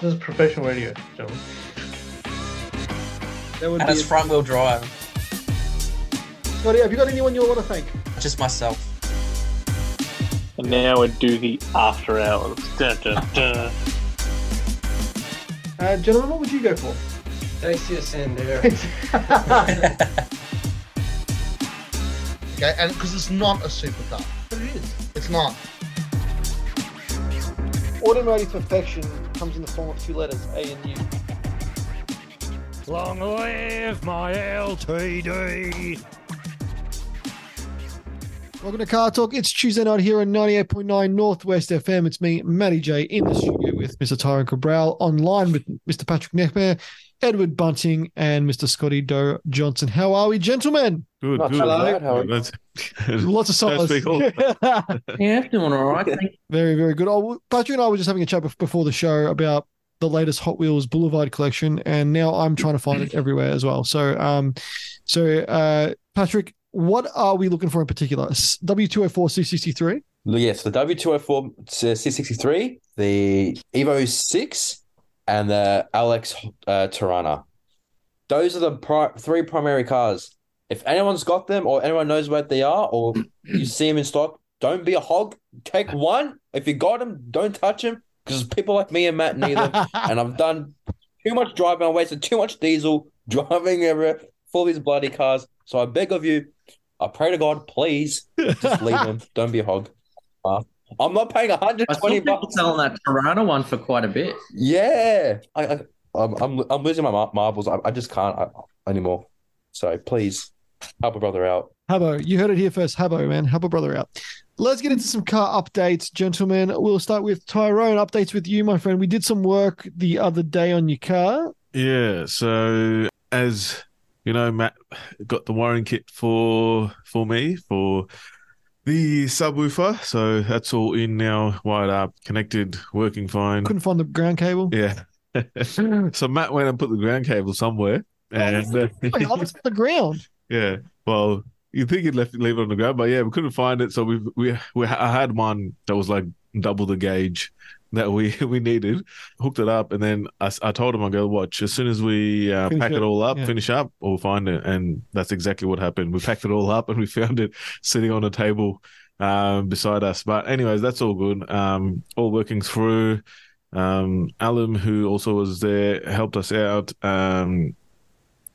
This is professional radio, gentlemen. That would And be it's it. front wheel drive. Scotty, have you got anyone you want to thank? Just myself. And now we do the after hours. Dun, dun, dun. Uh, gentlemen, what would you go for? Tastiest in there. Okay, and because it's not a supercar, But it is. it's not. Automotive perfection comes in the form of two letters, A and U. Long live my LTD. Welcome to Car Talk. It's Tuesday night here on 98.9 Northwest FM. It's me, Matty J, in the studio with Mr. Tyrone Cabral, online with Mr. Patrick Neckmare, Edward Bunting, and Mr. Scotty Doe Johnson. How are we, gentlemen? Good, Not good. too bad, how are you? That's- Lots of Don't solace. speak all- Yeah, doing all right. Thank very, very good. Oh, Patrick and I were just having a chat bef- before the show about the latest Hot Wheels Boulevard collection, and now I'm trying to find it everywhere as well. So, um, so uh, Patrick, what are we looking for in particular? S- W204C63. Yes, the W204 C63, uh, the Evo 6, and the Alex uh, Tirana. Those are the pri- three primary cars. If anyone's got them or anyone knows what they are or you see them in stock, don't be a hog. Take one. If you got them, don't touch them because people like me and Matt need them. and I've done too much driving. I wasted too much diesel driving everywhere for these bloody cars. So I beg of you, I pray to God, please just leave them. Don't be a hog. Uh, I'm not paying I saw 120 people bucks. selling that Toronto one for quite a bit. Yeah, I, I, I'm, I'm, I'm losing my mar- marbles. I, I just can't uh anymore. So please help a brother out. Habbo, you heard it here first. Habbo, man, Habbo brother out. Let's get into some car updates, gentlemen. We'll start with Tyrone. Updates with you, my friend. We did some work the other day on your car. yeah. So as you know, Matt got the wiring kit for for me for the subwoofer. So that's all in now, wired up, connected, working fine. Couldn't find the ground cable. Yeah. so Matt went and put the ground cable somewhere, and Wait, oh, it's on the ground. Yeah. Well, you think he'd left leave it on the ground, but yeah, we couldn't find it. So we we we I had one that was like double the gauge that we we needed. Hooked it up, and then I, s- I told him I go watch as soon as we uh, Finish pack it, it, all up, yeah. finish up, we'll find it. And that's exactly what happened. We packed it all up, and we found it sitting on a table um, beside us. But anyways, that's all good. Um, all working through. Um, Alum, who also was there, helped us out. Um,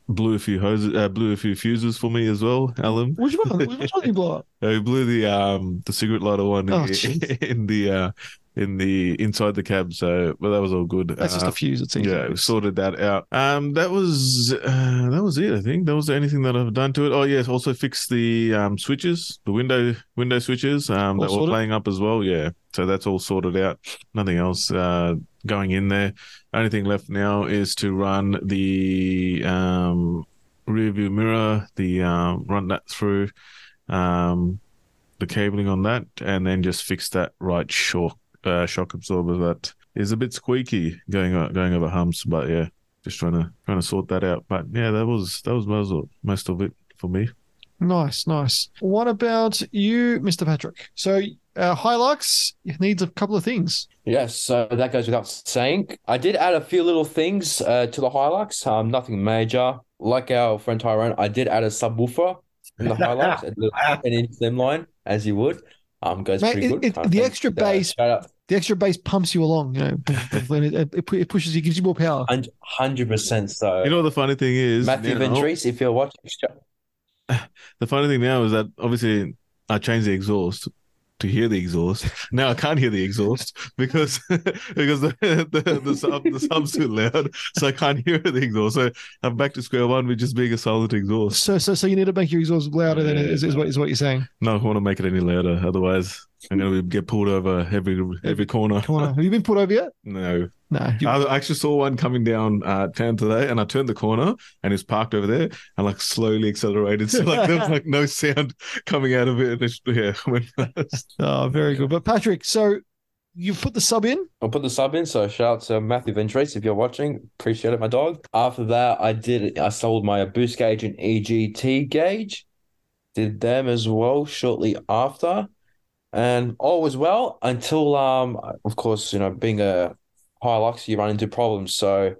blew a few hoses, uh, blew a few fuses for me as well. Alum, Which one? Which one did you blow up? uh, he blew the um the cigarette lighter one Oh, in, jeez. in the uh in the inside the cab. So, but that was all good. That's just Uh, a fuse. It seems. yeah, we sorted that out. Um, that was uh, that was it. I think that was the only thing that I've done to it. Oh yes, also fixed the um switches, the window window switches um All that were sorted? playing up as well. Yeah, so that's all sorted out. Nothing else uh going in there. Only thing left now is to run the um rear view mirror, the um run that through, um the cabling on that, and then just fix that right short uh, shock absorber that is a bit squeaky going o- going over humps. But yeah, just trying to trying to sort that out. But yeah, that was that was most of, most of it for me. Nice, nice. What about you, Mister Patrick? So, uh, Hilux needs a couple of things. Yes, so that goes without saying. I did add a few little things uh, to the Hilux, um, nothing major. Like our friend Tyrone, I did add a subwoofer in the Hilux, a little 10 inch slimline, as you would. Um, goes Mate, pretty it- good. it- Uh, the thank- extra uh, bass- shout out The extra bass pumps you along. You know, and it, it, it pushes you, gives you more power. hun- 100%. So, You know, the funny thing is, Matthew you know, Ventrice, if you're watching, sh- the funny thing now is that obviously I changed the exhaust to hear the exhaust. Now I can't hear the exhaust because because the the, the, sub, the sub's too loud, so I can't hear the exhaust. So I'm back to square one with just being a silent exhaust. So, so, so you need to make your exhaust louder. Than it is, is what is what you're saying. No, I want to make it any louder, otherwise I'm gonna get pulled over every every corner. Come on, have you been put over yet? No. No, you- I actually saw one coming down uh, town today, and I turned the corner, and it's parked over there, and like slowly accelerated, so like there was like no sound coming out of it. And it's, yeah, went fast. Oh, very good. But Patrick, so you put the sub in. I'll put the sub in. So shout out to Matthew Ventrice if you're watching. Appreciate it, my dog. After that, I did I sold my boost gauge and EGT gauge. Did them as well shortly after. And all was well until um of course, you know, being a Hilux, you run into problems. So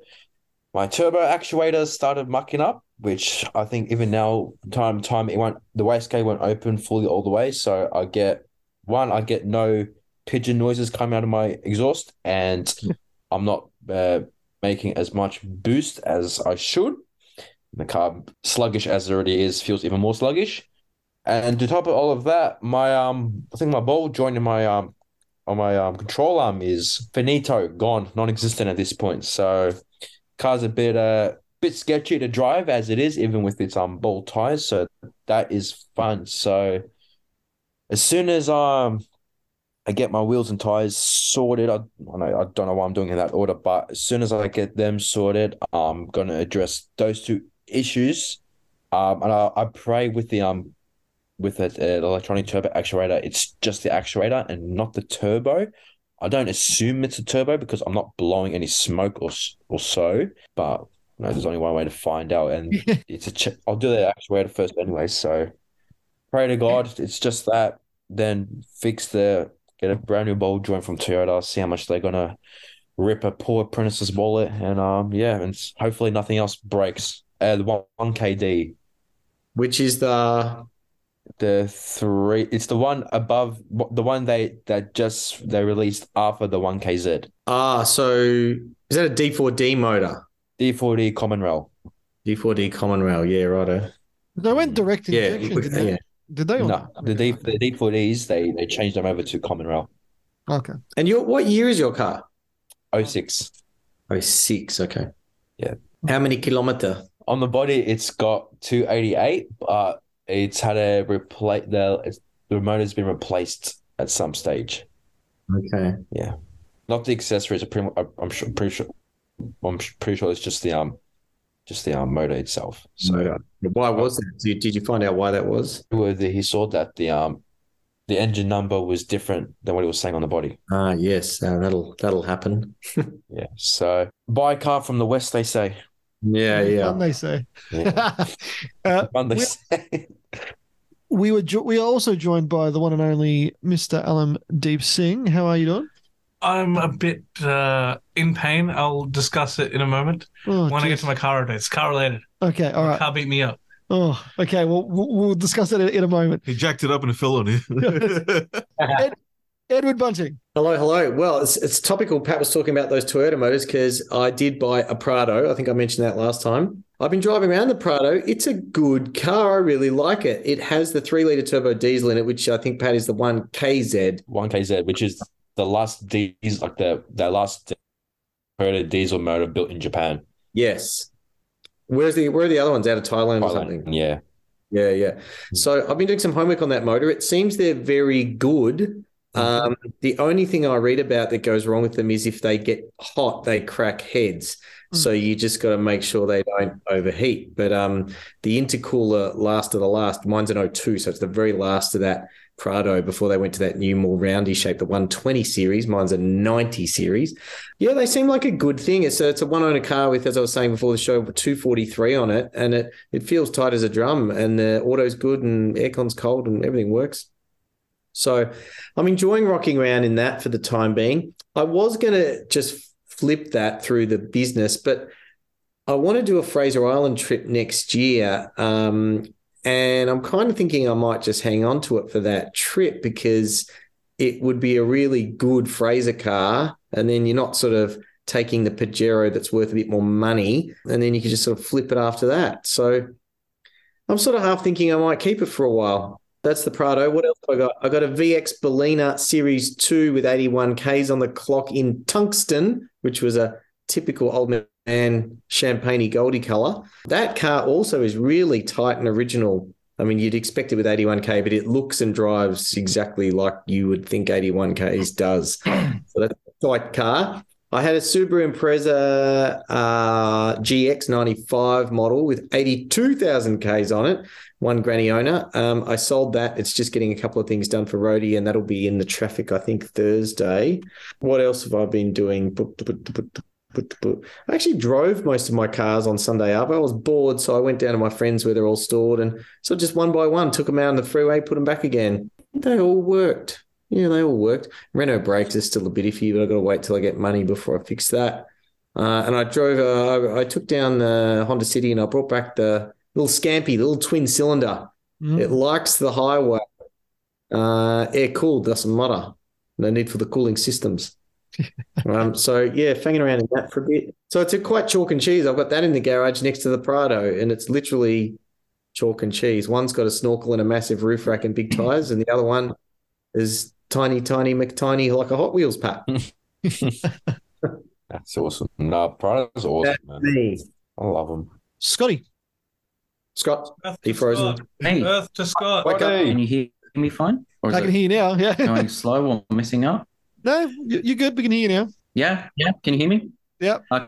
my turbo actuator started mucking up, which I think even now, time to time, it won't the wastegate won't open fully all the way. So I get one, I get no pigeon noises coming out of my exhaust, and I'm not uh, making as much boost as I should. The car, sluggish as it already is, feels even more sluggish. And to top of all of that, my um, I think my ball joint in my um, on my um control arm is finito, gone, non-existent at this point. So, car's a bit uh bit sketchy to drive as it is, even with its um ball tires. So that is fun. So, as soon as um I get my wheels and tires sorted. I, I, don't know, I don't know why I'm doing it in that order, but as soon as I get them sorted, I'm going to address those two issues. Um, and I, I pray with the um with the, uh, the electronic turbo actuator, it's just the actuator and not the turbo. I don't assume it's a turbo because I'm not blowing any smoke or s- or so. But you know, there's only one way to find out, and it's a check. I'll do the actuator first anyway. So pray to God, it's just that. Then fix the get a brand new ball joint from Toyota, see how much they're gonna rip a poor apprentice's wallet, and um, yeah, and s- hopefully nothing else breaks. Uh, the one, one KD, Which is the the three, it's the one above the one they that just they released after the one KZ ah, so is that a D4D motor? D40 common rail. D4D common rail, yeah, righto. They went direct Yeah, injection, we- didn't they? yeah. Did they? or No, the D the D40s they they changed them over to common rail. Okay. And your what year is your car? 06. Oh, six. Okay. Yeah. How many kilometer? On the body, it's got 288, but it's had a replace the it's- the motor's been replaced at some stage. Okay. Not the accessories. are Pretty, mu- I'm sure, pretty sure. I'm sh- pretty sure it's just the um, just the um motor itself. So So why was that? Did, did you find out why that was? whether he saw that the um, the engine number was different than what he was saying on the body. Ah, yes. Uh, that'll that'll happen. Yeah. So buy a car from the west, they say. Yeah, Fun, yeah. they say. Yeah. uh, Fun, they We- say. we were jo- we are also joined by the one and only Mr. Alam Deep Singh. How are you doing? I'm a bit uh, in pain. I'll discuss it in a moment Oh, when I get geez. to my car updates. Car related. okay, all Uh, right. Car beat me up. Oh, okay. Well, we'll we'll discuss that in- in a moment. He jacked it up and it fell on him. Edward Bunting. Hello, hello. Well, it's, it's topical. Pat was talking about those Toyota motors because I did buy a Prado. I think I mentioned that last time. I've been driving around the Prado. It's a good car. I really like it. It has the three liter turbo diesel in it, which I think Pat is the one KZ. one KZ, which is the last diesel, like the the last Toyota diesel motor built in Japan. Yes. Where's the where are the other ones out of Thailand or something? Thailand. Yeah, Yeah, yeah. So I've been doing some homework on that motor. It seems they're very good. Um, the only thing I read about that goes wrong with them is if they get hot, they crack heads. So you just got to make sure they don't overheat. But um, the intercooler last of the last, mine's an 02, so it's the very last of that Prado before they went to that new, more roundy shape, the 120 series. Mine's a 90 series. Yeah, they seem like a good thing. It's a, it's a one owner car with, as I was saying before the show, 243 on it, and it, it feels tight as a drum, and the auto's good, and aircon's cold, and everything works. So I'm enjoying rocking around in that for the time being. I was going to just flip that through the business, but I want to do a Fraser Island trip next year. Um, and I'm kind of thinking I might just hang on to it for that trip because it would be a really good Fraser car. And then you're not sort of taking the Pajero that's worth a bit more money. And then you can just sort of flip it after that. So I'm sort of half thinking I might keep it for a while. That's the Prado. What else have I got? I got a VX Bellina Series 2 with 81 Ks on the clock in tungsten, which was a typical old man champagne goldy color. That car also is really tight and original. I mean, you'd expect it with 81K, but it looks and drives exactly like you would think 81Ks does. So that's a tight car. I had a Subaru Impreza uh, GX95 model with 82,000 Ks on it, one granny owner. Um, I sold that. It's just getting a couple of things done for roadie, and that'll be in the traffic, I think, Thursday. What else have I been doing? I actually drove most of my cars on Sunday up. I was bored, so I went down to my friends where they're all stored and so just one by one took them out on the freeway, put them back again. They all worked. Yeah, they all worked. Renault brakes are still a bit iffy, but I got to wait till I get money before I fix that. Uh, and I drove. Uh, I I took down the Honda City and I brought back the little Scampy, the little twin cylinder. Mm. It likes the highway. Uh, air cooled doesn't matter. No need for the cooling systems. um, so yeah, fanging around in that for a bit. So it's a quite chalk and cheese. I've got that in the garage next to the Prado, and it's literally chalk and cheese. One's got a snorkel and a massive roof rack and big tires, and the other one is tiny, tiny McTiny like a Hot Wheels pack. That's awesome. No, Prada's awesome, man. Me. I love them. Scotty, Scott, Earth he to frozen. Scott. Hey, Earth to Scott. Wake up. can you hear me fine? Or I is can it hear you now. Yeah. going slow or missing up? no, you- you're good. We can hear you now. Yeah, yeah. Can you hear me?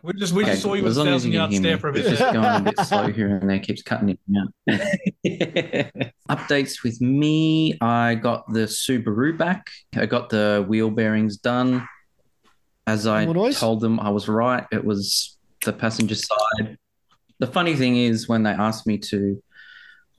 We just we Okay, just saw you as with a long as thousand you can yard hear me. stare for a bit. Yeah. It's just going a bit slow here and there, keeps cutting it out. Updates with me. I got the Subaru back. I got the wheel bearings done. As I More noise? told them I was right, it was the passenger side. The funny thing is when they asked me to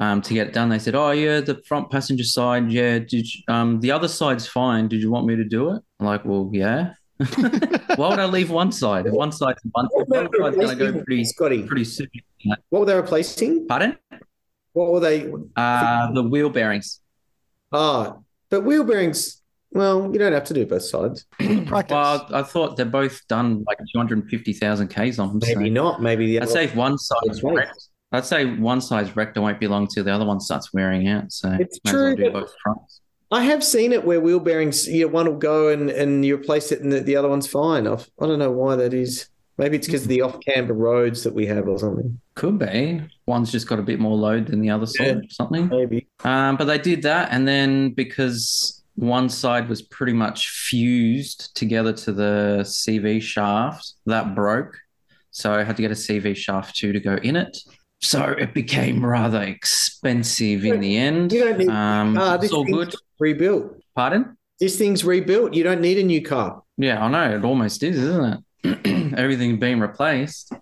um, to get it done, they said, Oh yeah, the front passenger side, yeah, did you, um, the other side's fine. Did you want me to do it? I'm like, well, yeah. Why would I leave one side? If One side's one side, one side's gonna go pretty Scotty, pretty soon. what were they replacing? Pardon? What were they? Uh, the wheel bearings. Ah, but wheel bearings. Well, you don't have to do both sides. Practice. Well, I thought they're both done like 250,000 Ks on them. so- Maybe not. Maybe the I'd other. say if one side's That's right. wrecked, I'd say one side's wrecked, it won't be long till the other one starts wearing out. So It's might as well true, do but- both fronts. I have seen it where wheel bearings, you know, one will go and, and you replace it and the, the other one's fine. I've, I don't know why that is. Maybe it's because of the off camber roads that we have or something. Could be. One's just got a bit more load than the other side Yeah. or something. Maybe. Um, but they did that, and then because one side was pretty much fused together to the CV shaft, that broke. So I had to get a CV shaft too to go in it. So it became rather expensive in the end. You don't need- Um, Ah, it's this all thing- good. Rebuilt. Pardon? This thing's rebuilt. You don't need a new car. Yeah, I know. It almost is, isn't it? Everything being replaced.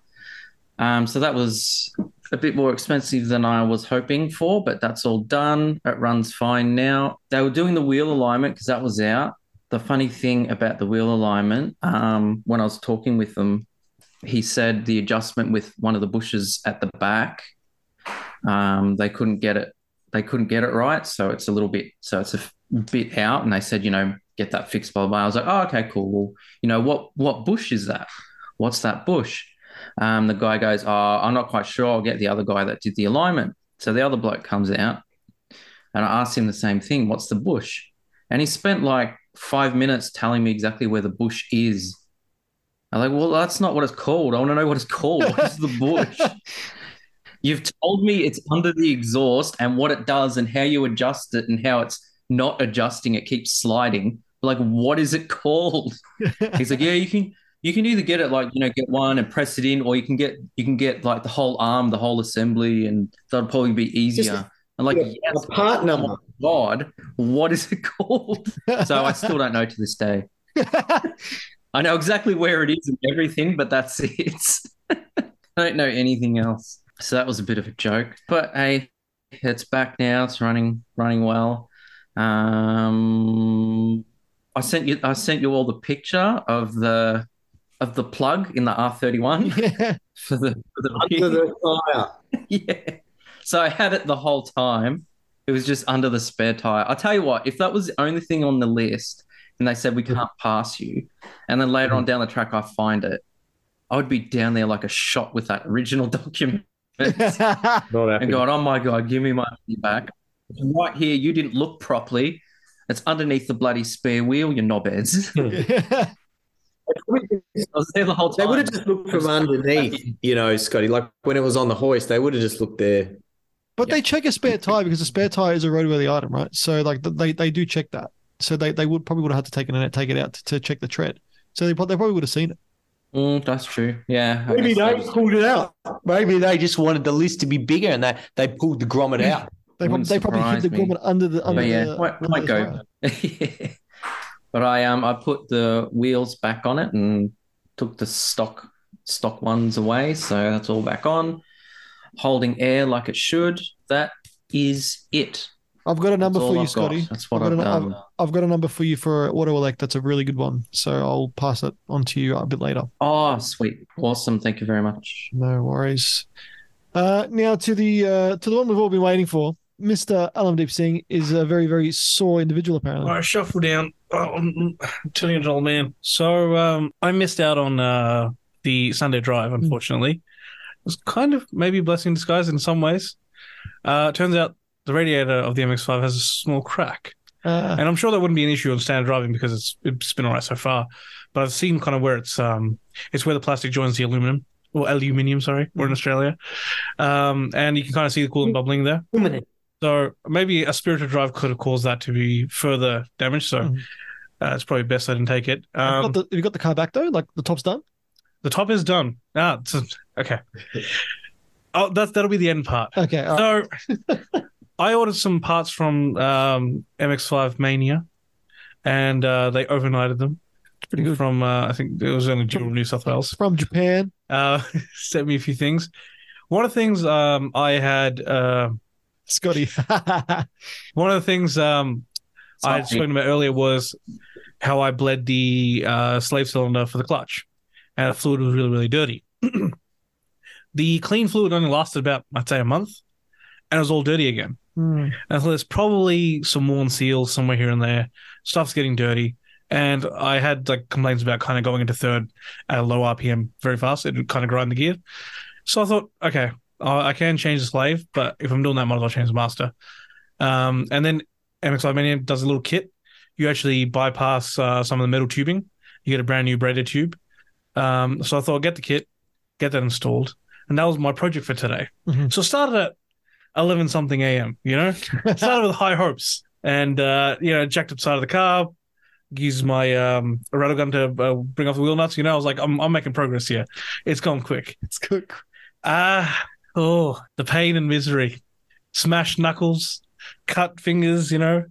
Um, so that was a bit more expensive than I was hoping for, but that's all done. It runs fine now. They were doing the wheel alignment because that was out. The funny thing about the wheel alignment, um, when I was talking with them, he said the adjustment with one of the bushes at the back, um, they couldn't get it. They couldn't get it right, so it's a little bit. So it's a f- bit out, and they said, you know, get that fixed. Blah blah. blah. I was like, oh, okay, cool. Well, you know, what what bush is that? What's that bush? Um, the guy goes, oh, I'm not quite sure. I'll get the other guy that did the alignment. So the other bloke comes out, and I asked him the same thing. What's the bush? And he spent like five minutes telling me exactly where the bush is. I'm like, well, that's not what it's called. I want to know what it's called. What is the bush? You've told me it's under the exhaust and what it does and how you adjust it and how it's not adjusting. It keeps sliding. Like, what is it called? He's like, yeah, you can you can either get it like you know get one and press it in, or you can get you can get like the whole arm, the whole assembly, and that'll probably be easier. Just- and like, Yeah, yes, a part number. God, what is it called? So I still don't know to this day. I know exactly where it is and everything, but that's it. I don't know anything else. So that was a bit of a joke. But hey, it's back now. It's running running well. Um I sent you I sent you all the picture of the of the plug in the R31 yeah. for the for the Under the tire. yeah. So I had it the whole time. It was just under the spare tire. I tell you what, if that was the only thing on the list and they said we can't pass you, and then later on down the track I find it, I would be down there like a shot with that original document and Not happy. going, Oh my god, give me my money back. Right here, you didn't look properly. It's underneath the bloody spare wheel, you knobheads. I was there the whole time. They would have just looked from underneath, you know, Scotty. Like when it was on the hoist, they would have just looked there. But they check a spare tire because a spare tire is a roadworthy item, right? So like th- they they do check that. So they, they would probably would have had to take it and take it out to, to check the tread. So they, prob- they probably would have seen it. Mm, that's true. Yeah. I guess that was- pulled it out. Maybe they just wanted the list to be bigger and they, they pulled the grommet out. They, prob- Wouldn't they probably hid surprise the me. woman under the under Oh, But yeah, the. might, under might the go. tire. but I um I put the wheels back on it and took the stock stock ones away, so that's all back on, holding air like it should. That is it. I've got a number That's all for you, I've got. Scotty. That's what I've I've got a- done. I've got a number for you for auto elect. That's a really good one. So I'll pass it on to you a bit later. Oh, sweet. Awesome. Thank you very much. No worries. Uh, now to the uh, to the one we've all been waiting for. Mr. Alamdeep Singh is a very very sore individual apparently. All right, shuffle down. Oh, I'm telling you, old man. So um, I missed out on uh, the Sunday drive, unfortunately. It was kind of maybe a blessing in disguise in some ways. Uh, turns out the radiator of the MX-5 has a small crack. Uh, And I'm sure that wouldn't be an issue on standard driving because it's it's been all right so far. But I've seen kind of where it's um it's where the plastic joins the aluminum or aluminium, sorry, Mm. we're in Australia, um, and you can kind of see the coolant bubbling there. So maybe a spirited drive could have caused that to be further damaged. So Mhm. uh, it's probably best I didn't take it. have, you Um, got the, have you got the car back though? Like the top's done. the top is done. Ah, it's- okay. oh, that's that'll be the end part. Okay. all right. So I ordered some parts from um, MX5 Mania, and uh, they overnighted them. pretty good. From uh, I think it was only due in New South Wales. From Japan. Uh, sent me a few things. One of the things um, I had. Uh, Scotty. one of the things um, I had Sorry. spoken about earlier was how I bled the uh, slave cylinder for the clutch, and the fluid was really, really dirty. the clean fluid only lasted about, I'd say, a month, and it was all dirty again. Hmm. And so there's probably some worn seals somewhere here and there. Stuff's getting dirty. And I had like complaints about kind of going into third at a low RPM very fast. It would kind of grind the gear. So I thought, okay, I I can change the slave, but if I'm doing that, I might as well change the master. Um, and then MXI Mania does a little kit. You actually bypass uh, some of the metal tubing. You get a brand new braided tube. Um, so I thought, get the kit, get that installed. And that was my project for today. Mhm. So I started at 11 something a.m., you know? started with high hopes and uh you know jacked up side of the car used my um rattle gun to uh, bring off the wheel nuts you know i was like I'm, I'm making progress here it's gone quick it's good. ah oh the pain and misery smashed knuckles cut fingers you know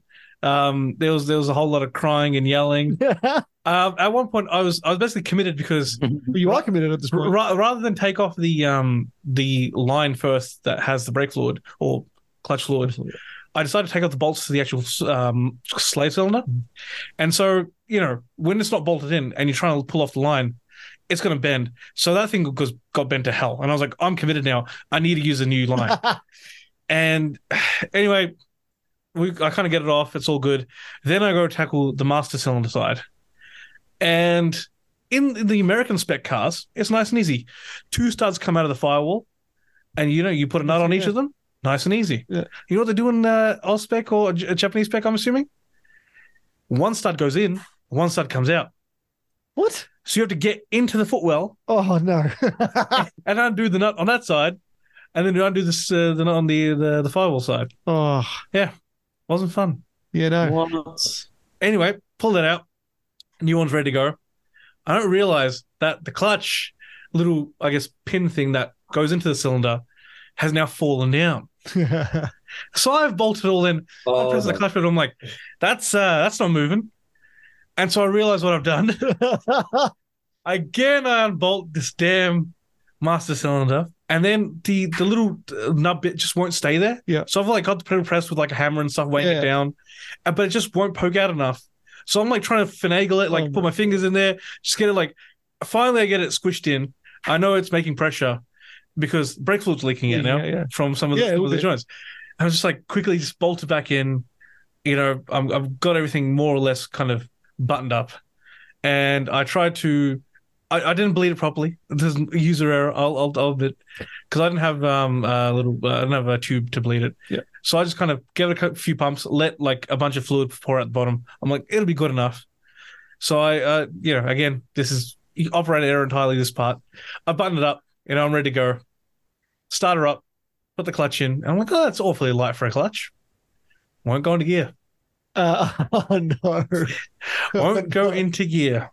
um there was there was a whole lot of crying and yelling um at one point i was i was basically committed because you are committed at this point. ra- rather than take off the um the line first that has the brake fluid or clutch fluid I decided to take out the bolts to the actual um, slave cylinder. And so, you know, when it's not bolted in and you're trying to pull off the line, it's going to bend. So that thing goes, got bent to hell. And I was like, I'm committed now. I need to use a new line. and anyway, we, I kind of get it off. It's all good. Then I go tackle the master cylinder side. And in the American spec cars, it's nice and easy. Two studs come out of the firewall, and you know, you put a nut on each Yeah. of them. Nice and easy. Yeah. You know what they do in uh, all spec or J- Japanese spec, I'm assuming? One stud goes in, one stud comes out. What? So you have to get into the footwell Oh no. and undo the nut on that side, and then you undo this, uh, the nut on the, the, the firewall side. oh Wasn't fun. yeah no. Anyway, pull that out. New one's ready to go. I don't realize that the clutch little, I guess, pin thing that goes into the cylinder has now fallen down. So I've bolted it all in. Oh, I press the clutch pedal. I'm like, that's uh, that's not moving. And so I realize what I've done. Again, I unbolt this damn master cylinder, and then the the little uh, nut bit just won't stay there. Yeah. So I've like got the pedal press with like a hammer and stuff, weighing Yeah. it down, uh, but it just won't poke out enough. So I'm like trying to finagle it, like Oh, put my fingers in there, just get it like. Finally, I get it squished in. I know it's making pressure because brake fluid's leaking out now Yeah, yeah. from some of the, Yeah, a some little of the bit. joints. I was just like quickly just bolted back in. You know, I'm, I've got everything more or less kind of buttoned up, and I tried to. I, I didn't bleed it properly. There's user error. I'll I'll, I'll admit because I didn't have um a little uh, I didn't have a tube to bleed it. Yeah. So I just kind of gave it a cou- few pumps, let like a bunch of fluid pour out the bottom. I'm like, it'll be good enough. So I uh you know again this is operator error entirely this part. I buttoned it up. You know I'm ready to go. Start her up put the clutch in, and I'm like, oh, that's awfully light for a clutch. Won't go into gear. Uh, oh no. Won't go into gear.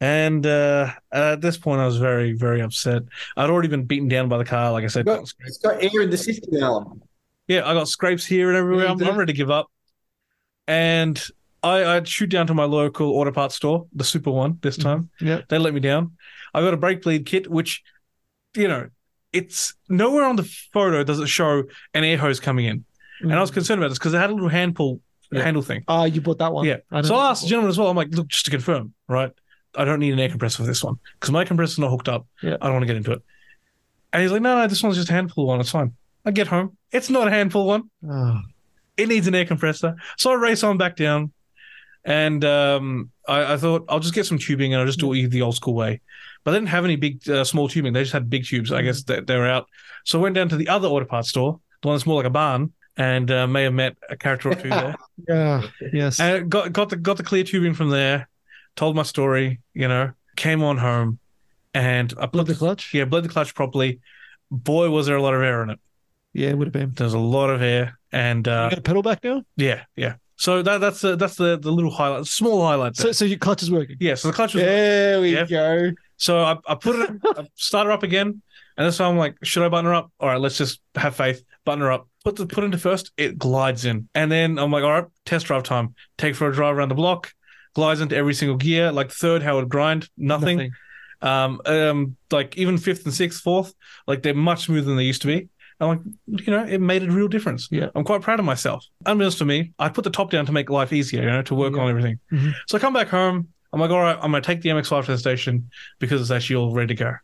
And uh, at this point, I was very, very upset. I'd already been beaten down by the car, like I said. Got- It's got air in the system, Alan. Yeah, I got scrapes here and everywhere. Yeah, you I'm, did. I'm ready to give up. And I, I shoot down to my local auto parts store, the super one this time. Yep. They let me down. I got a brake bleed kit, which, you know, it's Hmm. nowhere on the photo does it show an air hose coming in. And I was concerned about this because it had a little hand pull handle thing. Ah, you bought that one. Yeah. I so know. I asked the gentleman as well. I'm like, look, just to confirm, right? I don't need an air compressor for this one because my compressor's not hooked up. Yeah. I don't want to get into it. And he's like, no, no, this one's just a handful one. It's fine. I get home. It's not a handful one. Ah. It needs an air compressor. So I race on back down. And um, I, I thought I'll just get some tubing and I'll just do Hmm. it the old school way. But they didn't have any big, uh, small tubing. They just had big tubes. Hmm. I guess they, they were out. So I went down to the other auto parts store, the one that's more like a barn, and uh, may have met a character or two there. Yeah. Yes. And Uh, got got the got the clear tubing from there. Told my story, you know. Came on home, and I bled the clutch. Yeah, bled the clutch properly. Boy, was there a lot of air in it. Yeah, it would have been. There's a lot of air, and uh, You got a pedal back now. yeah, yeah. So that that's the that's the the little highlight, small highlight. So, There. so your clutch is working. yeah, so the clutch was There we Yeah. go. So I, I put it, I start her up again, and this time I'm like, should I button her up? All right, let's just have faith. Button her up. Put the put into first. It glides in, and then I'm like, all right, test drive time. Take for a drive around the block. Glides into every single gear. Like third, how it would grind, nothing. Nothing. Um, um, like even fifth and sixth, fourth, like they're much smoother than they used to be. I'm like, you know, it made a real difference. Yeah. I'm quite proud of myself. Unbeknownst to me, I put the top down to make life easier, you know, to work on everything. Mhm. So I come back home. I'm like, all right, I'm going to take the MX5 to the station because it's actually all ready to go. I'm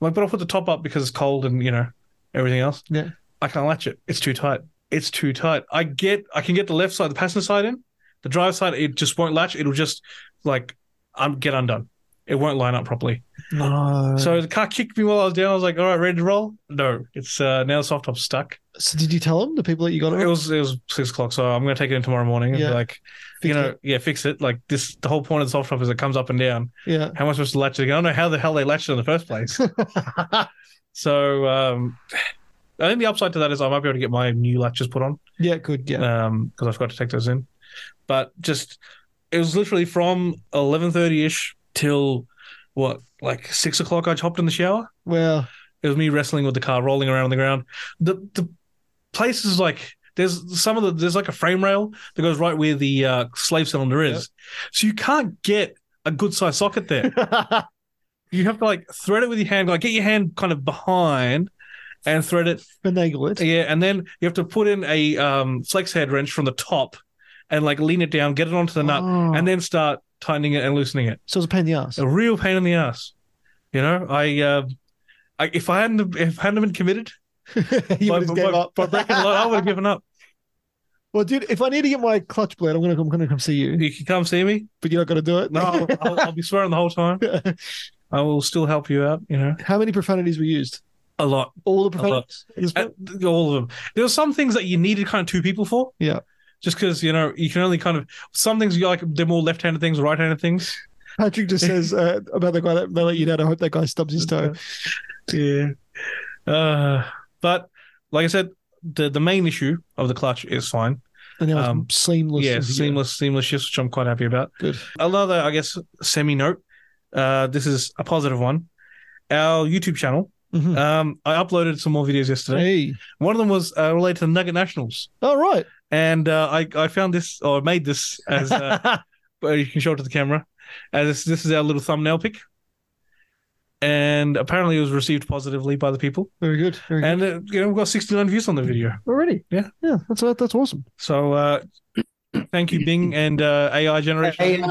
like, but I'll put the top up because it's cold and, you know, everything else. Yeah. I can't latch it. It's too tight. It's too tight. I get, I can get the left side, the passenger side in. The drive side, it just won't latch. It'll just like um, get undone. It won't line up properly. No. So, So the car kicked me while I was down. I was like, all right, ready to roll? No, it's uh, now the soft top's stuck. so did you tell them the people that you got it? It with? was it was six o'clock, so I'm gonna take it in tomorrow morning and Yeah. be like, you Fix know, it. yeah, fix it. Like this, the whole point of the soft top is it comes up and down. Yeah. How am I supposed to latch it? again? I don't know how the hell they latched it in the first place. so um, I think the upside to that is I might be able to get my new latches put on um, Yeah. Good. Yeah. because I forgot to take those in. But just it was literally from eleven thirty ish till what like six o'clock. I hopped in the shower. Well. It was me wrestling with the car, rolling around on the ground. The the place is like there's some of the there's like a frame rail that goes right where the uh, slave cylinder is, so you can't get a good size socket there. you have to like thread it with your hand, like get your hand kind of behind and thread it. Finagle it. Yeah, and then you have to put in a um, flex head wrench from the top and like lean it down, get it onto the nut, Oh. and then start tightening it and loosening it. So it was a pain in the ass. A real pain in the ass. You know, I, uh, I if I hadn't if I hadn't been committed, you by, would have gave by- up. by breaking the law, I would have given up. well, dude, if I need to get my clutch blade, I'm gonna I'm gonna come see you. You can come see me. But you're not gonna do it. No, I'll, I'll, I'll be swearing the whole time. I will still help you out. You know, How many profanities were used? a lot, All the a lot, profanities. You spent- Uh, all of them. There were some things that you needed kind of two people for. Yeah. Just because you know you can only kind of some things you like they're more left-handed things, right-handed things. Patrick just says uh, about the guy that they let you down. I hope that guy stubs his toe. Yeah. Uh, but like I said, the the main issue of the clutch is fine. And now it's Um, seamless. yeah, as you go. seamless, seamless shifts, which I'm quite happy about. Good. Another, I guess, semi note. Uh, this is a positive one. Our YouTube channel. Mhm. Um, I uploaded some more videos yesterday. Hey. One of them was uh, related to the Nugget Nationals, All right. and uh, I I found this or made this as uh, well, you can show it to the camera. As this, this is our little thumbnail pic, and apparently it was received positively by the people. Very good. Very good. And uh, you know we've got 69 views on the video. Already. Yeah. Yeah. That's uh, that's awesome. So uh, thank you, Bing and uh, AI generation.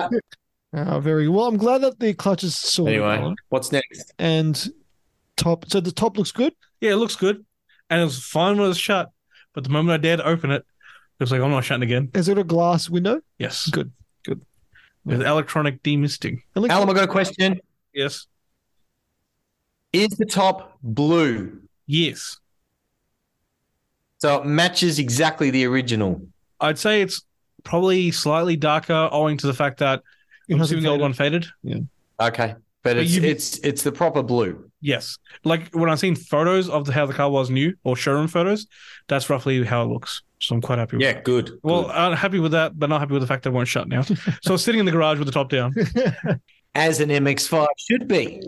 Ah, very well. I'm glad that the clutch is sorted Anyway, out. what's next? and top. So the top looks good. yeah, it looks good. And it was fine when it was shut. But the moment I dared open it, it was like, "Oh, I'm not shutting again. Is it a glass window? Yes. Good. Good. With electronic demisting. It looks Alan, I got a question. Yes. Is the top blue? Yes. So it matches exactly the original. I'd say it's probably slightly darker owing to the fact that It I'm hasn't assuming the old faded. one faded. Okay, but it's you- it's it's the proper blue. Yes. Like when I've seen photos of the, how the car was new or showroom photos, that's roughly how it looks. So I'm quite happy with Yeah, good. Well, good. I'm happy with that, but not happy with the fact that it won't shut now. so I'm sitting in the garage with the top down. as an MX5 should be.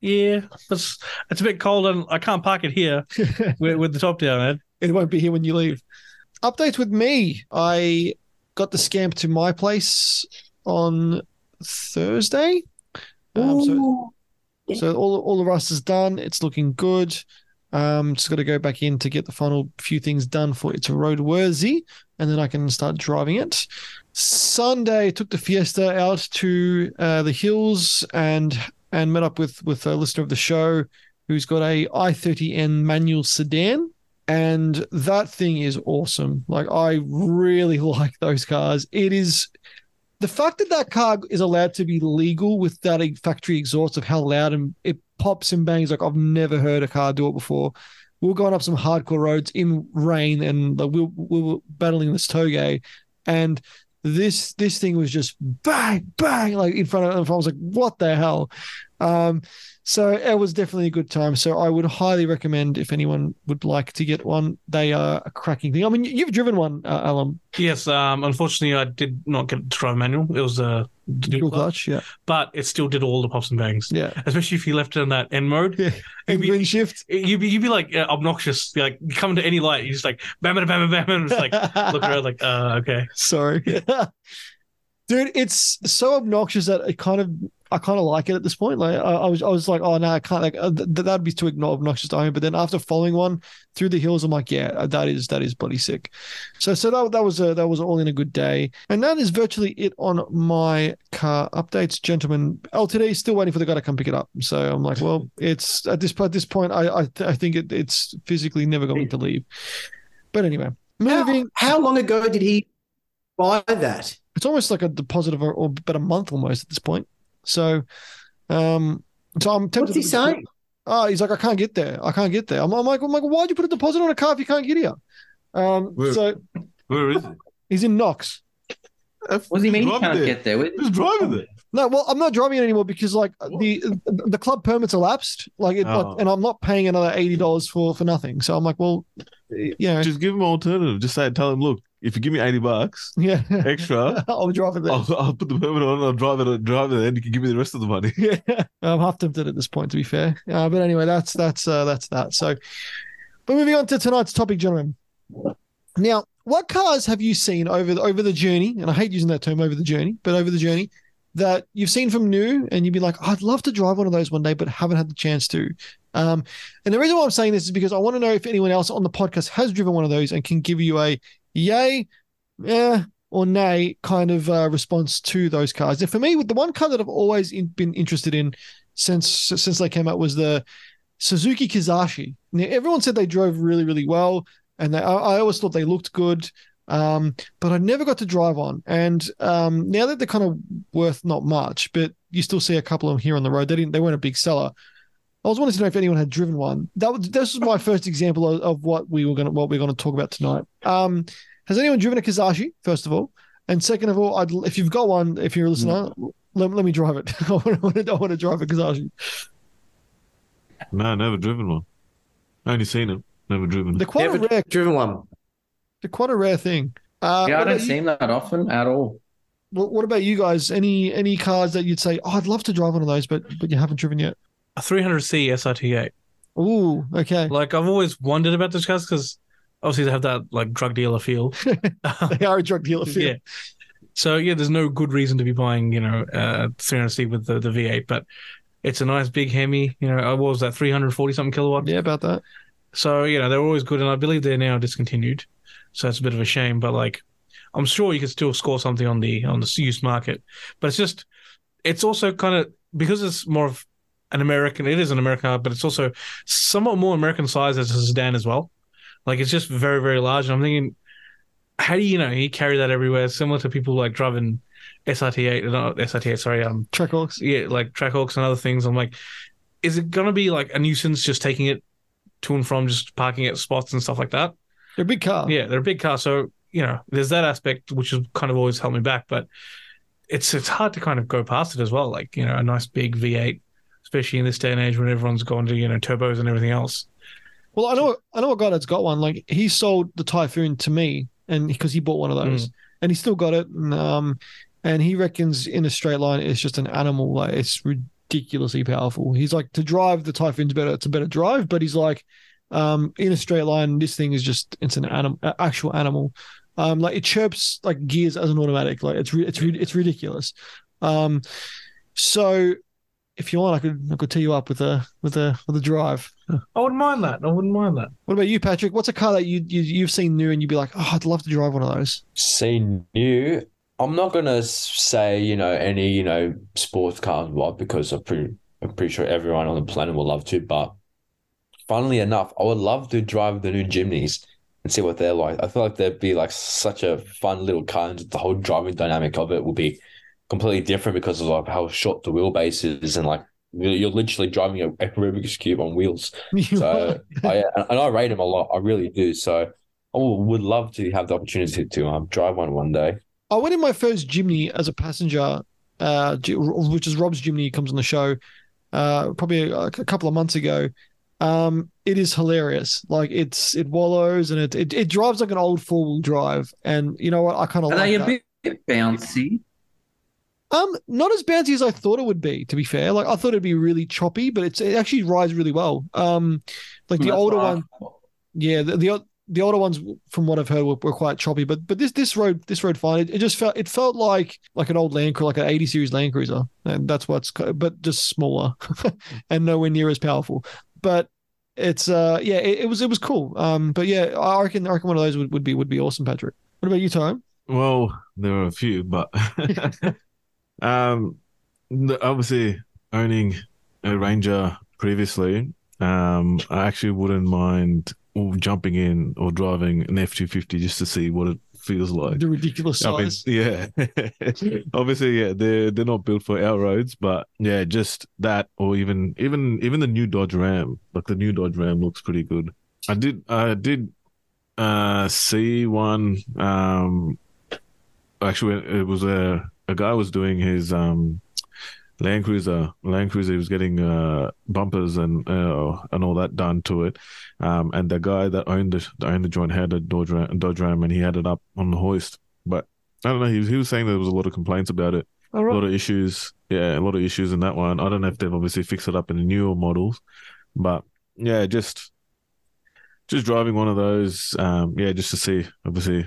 Yeah, it's it's a bit cold and I can't park it here with, with the top down, Ed. It won't be here when you leave. Updates with me. I got the scamp to my place on Thursday. Um, so, so all all the rust is done. It's looking good. Um, just got to go back in to get the final few things done for it's roadworthy, and then I can start driving it. Sunday took the Fiesta out to uh, the hills and and met up with with a listener of the show who's got a i30N manual sedan, and that thing is awesome. Like I really like those cars. It is the fact that that car is allowed to be legal without a factory exhaust of how loud and it pops and bangs like I've never heard a car do it before. We were going up some hardcore roads in rain and like, we, were- we were battling this toge, and this this thing was just bang bang like in front of. And I was like, what the hell? Um, so it was definitely a good time. So I would highly recommend if anyone would like to get one. They are a cracking thing. I mean, you've driven one, uh, Alan. Yes, um, unfortunately, I did not get to drive manual. It was a dual clutch, yeah. But it still did all the pops and bangs, yeah. Especially if you left it in that N mode, yeah. And green shift, you'd be you'd be like uh, obnoxious. Like you come to any light, you're just like bam, bam, bam, bam, and it's like look around, like uh, okay. Sorry. Dude, it's so obnoxious that it kind of I kind of like it at this point. Like I, I was, I was like, oh no, I can't. Like uh, th- that'd be too igno- obnoxious to own. But then after following one through the hills, I'm like, yeah, uh, that is that is bloody sick. So so that that was a, that was all in a good day. And that is virtually it on my car updates, gentlemen. LTD is still waiting for the guy to come pick it up. So I'm like, well, it's at this at this point, I I, th- I think it, it's physically never going to leave. But anyway, moving. How, long ago did he buy that? It's almost like a deposit of, a, or about a month almost at this point. So, um, so I'm tempted. What's he to- saying? Oh, he's like, I can't get there. I can't get there. I'm, I'm like, I'm like, why'd you put a deposit on a car if you can't get here? Um, Where- so Where is it? he's in Knox. What does he mean? He Driving can't there. get there. Where- Who's driving it? No, well, I'm not driving it anymore because like the the club permits elapsed, like, it, Oh. and I'm not paying another eighty dollars for for nothing. So I'm like, well, yeah, Just give him an alternative. Just say, tell him, look, if you give me 80 bucks yeah, extra, I'll drive it there. I'll, I'll put the permit on, I'll drive it, drive it, and you can give me the rest of the money. Yeah, I'm half tempted at this point, to be fair. Uh, but anyway, that's that's uh, that's that. So, but moving on to tonight's topic, gentlemen. Now, what cars have you seen over the, over the journey? And I hate using that term over the journey, but over the journey that you've seen from new, and you'd be like, I'd love to drive one of those one day, but haven't had the chance to. Um, and the reason why I'm saying this is because I want to know if anyone else on the podcast has driven one of those and can give you a yay, yeah, or nay kind of uh, response to those cars. And for me, with the one car that I've always in, been interested in since since they came out was the Suzuki Kizashi. Now, everyone said they drove really, really well, and they, I, I always thought they looked good, um, but I never got to drive one. And um, now that they're kind of worth not much, but you still see a couple of them here on the road. They didn't, they weren't a big seller. I was wanting to know if anyone had driven one. That was this was my first example of, of what we were going to what we're going to talk about tonight. Um, has anyone driven a Kazashi? First of all, and second of all, I'd, if you've got one, if you're a listener, let, let me drive it. I want to I want to drive a Kazashi. No, never driven one. Only seen it, never driven They're it. quite a rare driven one. They're quite a rare thing. Uh, yeah, I what don't about see you, him that often at all. what, what about you guys? Any any cars that you'd say, oh, I'd love to drive one of those, but but you haven't driven yet? A 300C SRT8. Ooh, okay. Like I've always wondered about those cars because obviously they have that like drug dealer feel. they are a drug dealer feel. Yeah. So yeah, there's no good reason to be buying, you know, uh 300C with the, the V8, but it's a nice big Hemi. You know, uh, what was that 340 something kilowatt? Yeah, about that. So you know they're always good, and I believe they're now discontinued. So that's a bit of a shame, but like I'm sure you could still score something on the on the used market. But it's just it's also kind of because it's more of an American. It is an American car, but it's also somewhat more American size as a sedan as well. Like it's just very very large, and I'm thinking, how do you know you carry that everywhere? Similar to people like driving SRT8, not SRT8, sorry, um, Trackhawks. Yeah, like Trackhawks and other things. I'm like, is it gonna be like a nuisance just taking it to and from, just parking at spots and stuff like that? They're a big car. Yeah, they're a big car, so you know, there's that aspect which has kind of always held me back, but it's it's hard to kind of go past it as well. Like you know, a nice big V8, especially in this day and age when everyone's gone to you know turbos and everything else. Well, I know I know a guy that's got one. Like he sold the Typhoon to me, and because he bought one of those, and he still got it. And, um, and he reckons in a straight line, it's just an animal. Like it's ridiculously powerful. He's like to drive the Typhoon's better. It's a better drive, but he's like, um, in a straight line, this thing is just it's an animal, actual animal. Um, like it chirps like gears as an automatic. Like it's ri- it's ri- it's ridiculous. Um, so if you want, I could I could tee you up with a with a with a drive. I wouldn't mind that. I wouldn't mind that. What about you, Patrick? What's a car that you, you you've seen new and you'd be like, oh, I'd love to drive one of those? See new. I'm not gonna say you know any you know sports cars what because I'm pretty I'm pretty sure everyone on the planet will love to. But funnily enough, I would love to drive the new Jimneys and see what they're like. I feel like they'd be like such a fun little car, and the whole driving dynamic of it will be completely different because of like how short the wheelbase is and like you're you're literally driving a, a Rubik's cube on wheels. You So I and I rate them a lot. I really do. So I would love to have the opportunity to um, drive one one day. I went in my first Jimny as a passenger, uh, G- which is Rob's Jimny. He comes on the show uh, probably a, a couple of months ago. Um, it is hilarious. Like it's it wallows and it it, it drives like an old four wheel drive. And you know what? I kind of Are like they that. a bit bouncy? Um, not as bouncy as I thought it would be. To be fair, like I thought it'd be really choppy, but it's it actually rides really well. Um, like the That's older what I one, yeah, the, the o- the older ones, from what I've heard, were, were quite choppy. But but this this road this road fine. It, it just felt it felt like like an old Land Cruiser, like an eighty series Land Cruiser, and that's what's ca- but just smaller and nowhere near as powerful. But it's uh yeah, it, it was it was cool. Um, but yeah, I reckon I reckon one of those would, would be would be awesome, Patrick. What about you, Tom? Well, there are a few, but um, the- obviously owning a Ranger previously, um, I actually wouldn't mind jumping in or driving an F two fifty just to see what it feels like. The ridiculous I mean, size. yeah. Obviously, yeah, they're they're not built for our roads, but yeah, just that or even even even the new Dodge Ram. Like the new Dodge Ram looks pretty good. I did I did uh see one um actually it was a a guy was doing his um Land Cruiser, Land Cruiser, he was getting uh, bumpers and uh, and all that done to it. Um, and the guy that owned the that owned the joint had a Dodge Ram, Dodge Ram, and he had it up on the hoist. But I don't know. He was, he was saying there was a lot of complaints about it, All right. a lot of issues. Yeah, a lot of issues in that one. I don't know if they've obviously fixed it up in the newer models, but yeah, just just driving one of those. Um, yeah, just to see obviously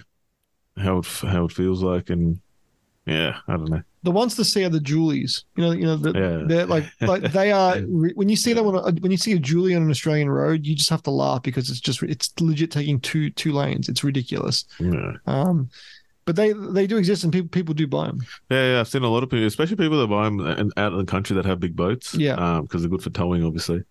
how it f- how it feels like, and yeah, I don't know. the ones that say are the Julies. You know, you know, Uh, the, Yeah. they're like like they are. re- When you see them on a, when you see a Julie on an Australian road, you just have to laugh because it's just it's legit taking two two lanes. It's ridiculous. Yeah. Um, but they they do exist and people people do buy them. Yeah, yeah, I've seen a lot of people, especially people that buy them out of the country that have big boats. Yeah. because they're good for towing, obviously.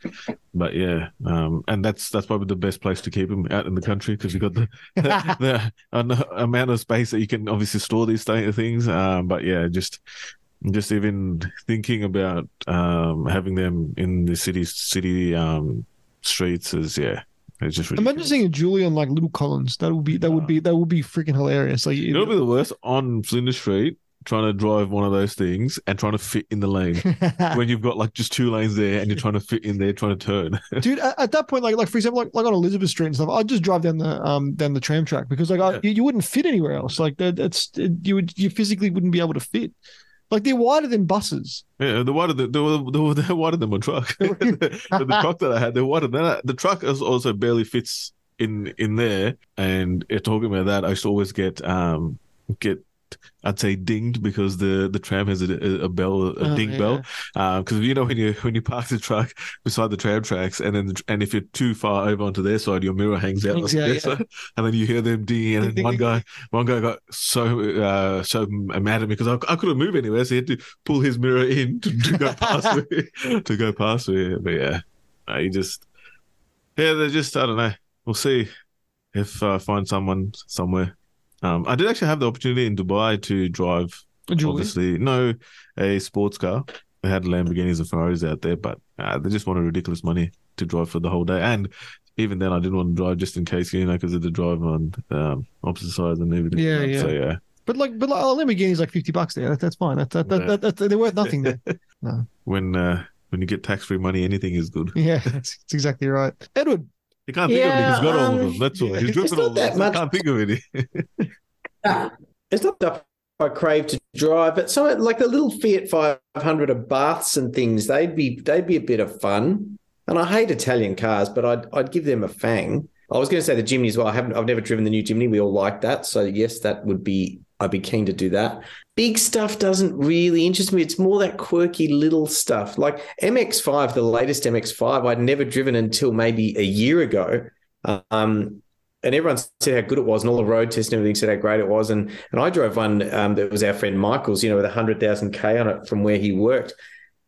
But yeah, um, and that's that's probably the best place to keep them out in the country because you've got the, the, the amount of space that you can obviously store these th- things. Um, but yeah, just just even thinking about um having them in the city city um streets is yeah, it's just ridiculous. Imagine seeing a Julie on like Little Collins. That would be that would be that would be freaking hilarious. Like It'll be the worst on Flinders Street trying to drive one of those things and trying to fit in the lane. when you've got like just two lanes there and you're trying to fit in there, trying to turn. dude at, at that point like like for example like, like on elizabeth street and stuff i'd just drive down the um down the tram track because like I, you, you wouldn't fit anywhere else like that, that's it, you would you physically wouldn't be able to fit like they're wider than buses yeah, the wider the, the, the, the wider than my truck. the, truck that I had, the wider than that. The truck is also barely fits in in there. And uh, talking about that, I used to always get um get. I'd say dinged because the, the tram has a, a bell, a Oh, ding yeah. bell. Because you know when you when you park the truck beside the tram tracks, and then the, tr- and if you're too far over onto their side, your mirror hangs out. like Yeah, their yeah. side. and then you hear them dinging, and then one guy, one guy got so uh, so mad at me because I, I couldn't move anywhere, so he had to pull his mirror in to, to go past me, to go past me. But yeah, I just yeah, they're just I don't know. We'll see if I find someone somewhere. Um, I did actually have the opportunity in Dubai to drive, A Julie? obviously, no, a sports car. They had Lamborghinis and Ferraris out there, but uh, they just wanted ridiculous money to drive for the whole day. And even then, I didn't want to drive just in case, you know, because of the drive on um, opposite sides and everything. Yeah, yeah. So yeah, but like but like a lamborghini's like 50 bucks there that, that's fine that, that, that, Yeah. that, that- they're worth nothing there when uh, when you get tax free money, anything is good. yeah that's, that's exactly right edward You can't think of it. He's got all Yeah, of them. That's all. um, He's it's driven not all of that them. I much- can't think of any. It's not that I crave to drive, but some like the little Fiat 500 of baths and things, they'd be they'd be a bit of fun. And I hate Italian cars, but I'd I'd give them a fang. I was going to say the Jimny as well. I haven't. I've never driven the new Jimny. We all like that, so yes, that would be. I'd be keen to do that. big stuff doesn't really interest me. It's more that quirky little stuff. Like MX5, the latest MX5, I'd never driven until maybe a year ago. Um, and everyone said how good it was, and all the road tests and everything said how great it was. And and I drove one um, that was our friend Michael's, you know, with hundred thousand k on it from where he worked,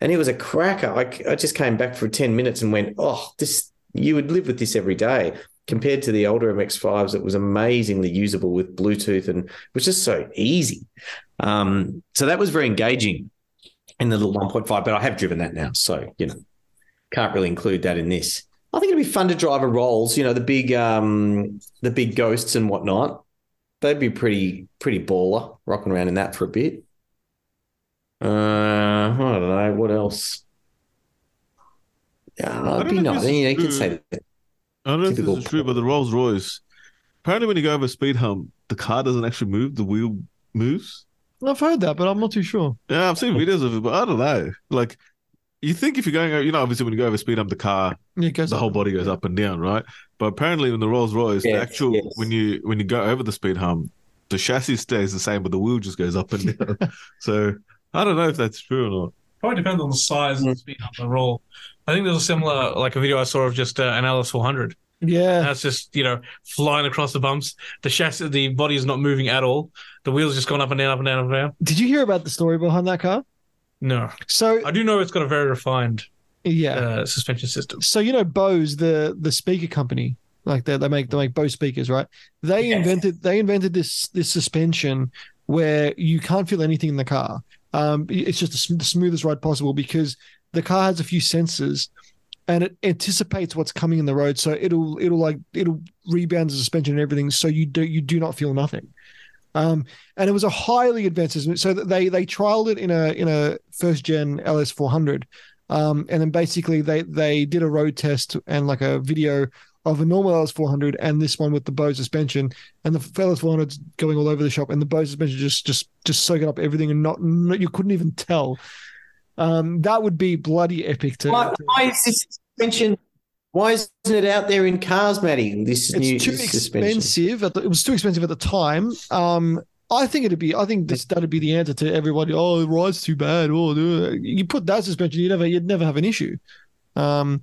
and it was a cracker. I, I just came back for ten minutes and went, oh, this you would live with this every day. Compared to the older MX5s, it was amazingly usable with Bluetooth and it was just so easy. Um, so that was very engaging in the little 1.5, but I have driven that now, so you know, can't really include that in this. I think it'd be fun to drive a Rolls, you know, the big um the big ghosts and whatnot. They'd be pretty pretty baller, rocking around in that for a bit. Uh I don't know, what else? Yeah, it'd be nice. Yeah, you can say that. I don't know if Typical this is true, but the Rolls Royce, apparently when you go over a speed hump, the car doesn't actually move, the wheel moves. I've heard that, but I'm not too sure. Yeah, I've seen videos of it, but I don't know. Like, you think if you're going, over- you know, obviously when you go over a speed hump, the car, Yeah, it goes the whole body goes up and down, right? But apparently in the Rolls Royce, the Yes, actual yes. when you when you go over the speed hump, the chassis stays the same, but the wheel just goes up and down. so I don't know if that's true or not. Probably depends on the size and the speed of the roll. I think there's a similar, like a video I saw of just uh, an LS 400. Yeah. That's just you know flying across the bumps. The chassis, the body is not moving at all. The wheels just gone up and down, up and down, up and down. Did you hear about the story behind that car? No. So I do know it's got a very refined Yeah. uh, suspension system. So you know Bose, the the speaker company, like they they make they make Bose speakers, right? They invented they invented this this suspension where you can't feel anything in the car. Um, it's just the, sm- the smoothest ride possible because the car has a few sensors and it anticipates what's coming in the road, so it'll it'll like it'll rebound the suspension and everything, so you do you do not feel nothing. Um, and it was a highly advanced system. So that they they trialed it in a in a first gen LS four hundred, um, and then basically they they did a road test and like a video of a normal LS four hundred and this one with the Bose suspension, and the LS four hundred's going all over the shop, and the Bose suspension just just just soaking up everything and not, not you couldn't even tell. Um, that would be bloody epic to. Why, why is this suspension? Why isn't it out there in cars, Matty? This new it's too suspension. expensive. At the, it was too expensive at the time. Um, I think it'd be. I think this that'd be the answer to everybody. Oh, the ride's too bad. Oh, the-" you put that suspension, you never, you'd never have an issue. Um,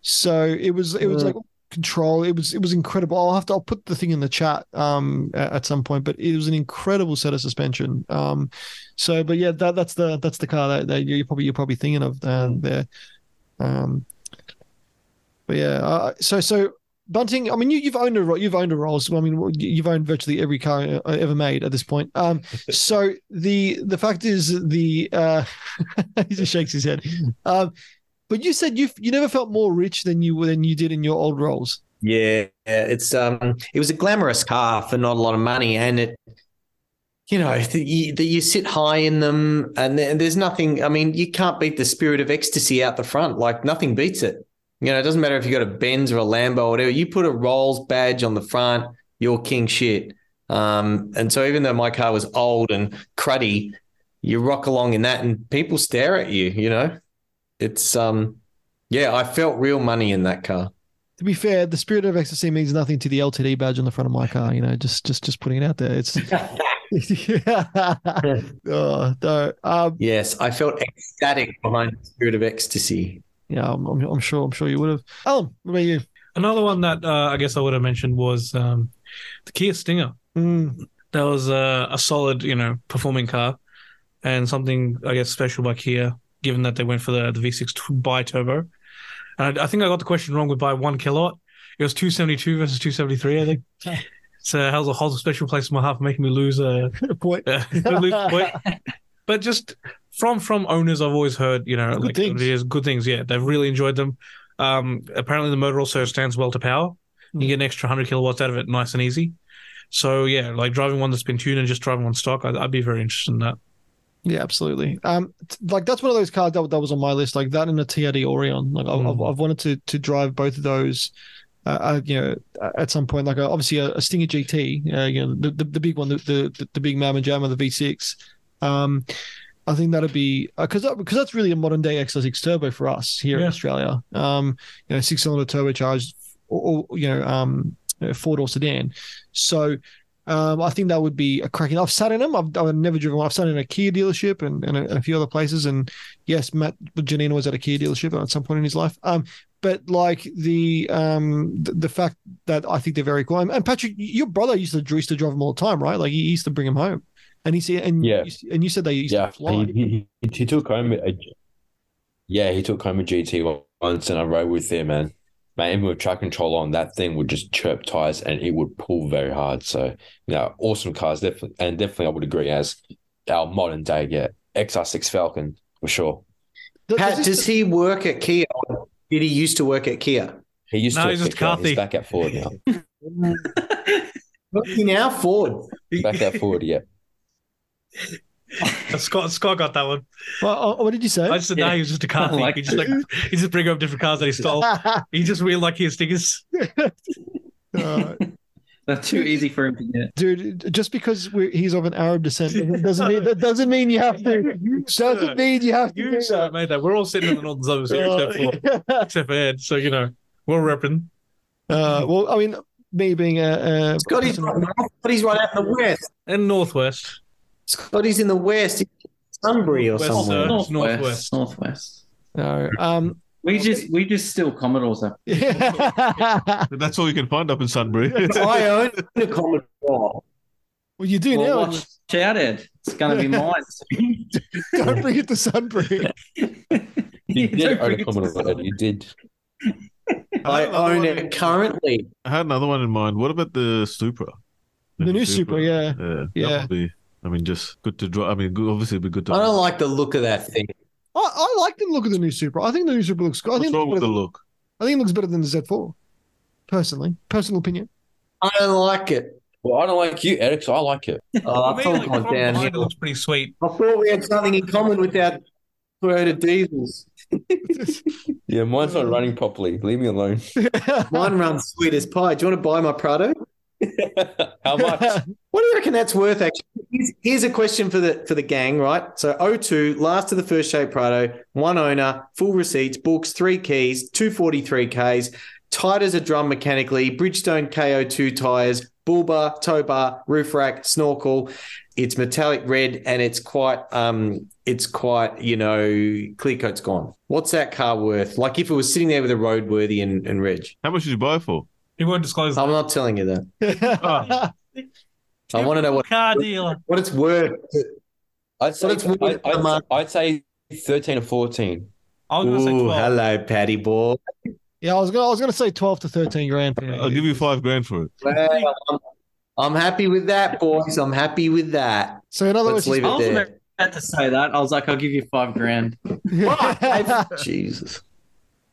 so it was. It was Mm. like control. It was. It was incredible. I'll have to. I'll put the thing in the chat. Um, a- at, some point, but it was an incredible set of suspension. Um, so, but yeah, that that's the that's the car that, that you're probably you're probably thinking of uh, there. Um, but yeah, uh, so so Bunting. I mean, you you've owned a Ro- you've owned a Rolls. Well, I mean, you- you've owned virtually every car uh, ever made at this point. Um, so the the fact is the uh, he just shakes his head. Um, but you said you you never felt more rich than you than you did in your old Rolls. Yeah, it's um, it was a glamorous car for not a lot of money, and it, you know, the, you, the, you sit high in them, and there- there's nothing. I mean, you can't beat the spirit of ecstasy out the front. Like nothing beats it. You know, it doesn't matter if you got a Benz or a Lambo or whatever. You put a Rolls badge on the front, you're king shit. Um, and so even though my car was old and cruddy, you rock along in that, and people stare at you. You know, it's um, yeah, I felt real money in that car. To be fair, the spirit of ecstasy means nothing to the LTD badge on the front of my car. You know, just just just putting it out there. It's yeah. oh, no. um, Yes, I felt ecstatic behind the spirit of ecstasy. yeah, I'm, I'm, I'm sure I'm sure you would have. Oh, what about you? Another one that uh, I guess I would have mentioned was um, the Kia Stinger. Mm. That was uh, a, a solid, you know, performing car, and something I guess special by Kia, given that they went for the the V6 t- bi turbo. And I, I think I got the question wrong with by one kilowatt. It was 272 versus 273, I think. so how's a holds a special place in my heart for making me lose a point. lose a point. But just from from owners, I've always heard you know like things. videos, good things. Yeah, they've really enjoyed them. Um, apparently, the motor also stands well to power. Hmm. You get an extra 100 kilowatts out of it, nice and easy. So yeah, like driving one that's been tuned and just driving one stock, I'd, I'd be very interested in that. Yeah, absolutely. Um, t- like that's one of those cars that, that was on my list, like that and a TRD Orion. Like I've, I've, I've wanted to to drive both of those, uh, uh, you know, a- at some point. Like uh, obviously a, a Stinger GT, uh, you know, the, the, the big one, the the, the big Mamma Jamma, the V6. Um, I think that'd be because that, because that's really a modern day X6 turbo for us here in Australia. Um, you know, six cylinder turbocharged, or, or you know, um, four door sedan. So Um, I think that would be a cracking. I've sat in them. I've, I've never driven one. I've sat in a Kia dealership and, and, a, and a few other places. And yes, Matt Janina was at a Kia dealership at some point in his life. Um, but like the um the, the fact that I think they're very cool. And, and Patrick, your brother used to used to drive them all the time, right? Like he used to bring them home. And he said, and Yeah. you, and you said they used yeah, to fly. He, he, he, he took home. A, yeah, he took home a GT once, and I rode with him, and man, even with track control on, that thing would just chirp tires, and it would pull very hard. So, you know, awesome cars, definitely, and definitely, I would agree as our modern day, yeah, XR6 Falcon for sure. Pat, does he work at Kia? Or did he used to work at Kia? He used No, to he's work just at- he's Carthy. back at Ford now. Working now, Ford. back at Ford, yeah. Scott Scott got that one. Well, what did you say? I just said no, he was just a car I thief. like he just like it. he just bring up different cars that he stole. he just really like his stickers. That's too easy for him to get. Dude, just because we're, he's of an Arab descent doesn't mean that doesn't mean you have to. Doesn't mean you have to. You sir, made that. We're all sitting in the northern suburbs here, Oh, except for except for Ed. So you know we're repping. Uh, well, I mean, me being a, a Scotty's right, north, Scotty's right out in the west. And northwest. Scotty's in the west. He's in Sunbury or Northwest, somewhere. sir. Northwest. Northwest. Northwest. No. Um. We just we just steal Commodores. up. That's all you can find up in Sunbury. I own a Commodore. Well, you do now. Well, watch out, Ed. It's going to be mine. Don't bring it to Sunbury. You don't did own a bring it Commodore, Ed, you did. I own it currently. I had another one in mind. What about the Supra? The new Supra, yeah. Yeah, Yeah. That would be, I mean, just good to drive. I mean, good, obviously, it'd be good to. I don't like the look of that thing. I, I like the look of the new Super. I think the new Super looks good. I What's think, it wrong looks with the better- look? I think it looks better than the Z4. Personally, personal opinion. I don't like it. Well, I don't like you, Eric, so I like it. Oh, I I mean, thought like, it was from behind, it downhill. looks pretty sweet. I thought we had something in common with our Toyota diesels. Yeah, mine's not running properly. Leave me alone. Mine runs sweet as pie. Do you want to buy my Prado? How much? What do you reckon that's worth? Actually, here's, here's a question for the for the gang, right? So, O2, last of the first shape Prado, one owner, full receipts, books, three keys, two forty three Ks, tight as a drum mechanically, Bridgestone KO2 tires, bull bar, tow bar, roof rack, snorkel. It's metallic red and it's quite um it's quite you know clear coat's gone. What's that car worth? Like if it was sitting there with a roadworthy and, and reg. How much did you buy it for? He won't disclose that. I'm not telling you that. I want to know what Car dealer. what it's worth. I'd say, Well, it's weird. I, Come on. would I'd say 13 or 14. I was going to say Ooh, 12. hello, Paddy Ball. Yeah, I was gonna I was gonna say twelve to thirteen grand. For I'll give you five grand for it. Well, I'm, I'm happy with that, boys. I'm happy with that. So in other Let's words, leave I it was there. about to say that. I was like, I'll give you five grand. Jesus.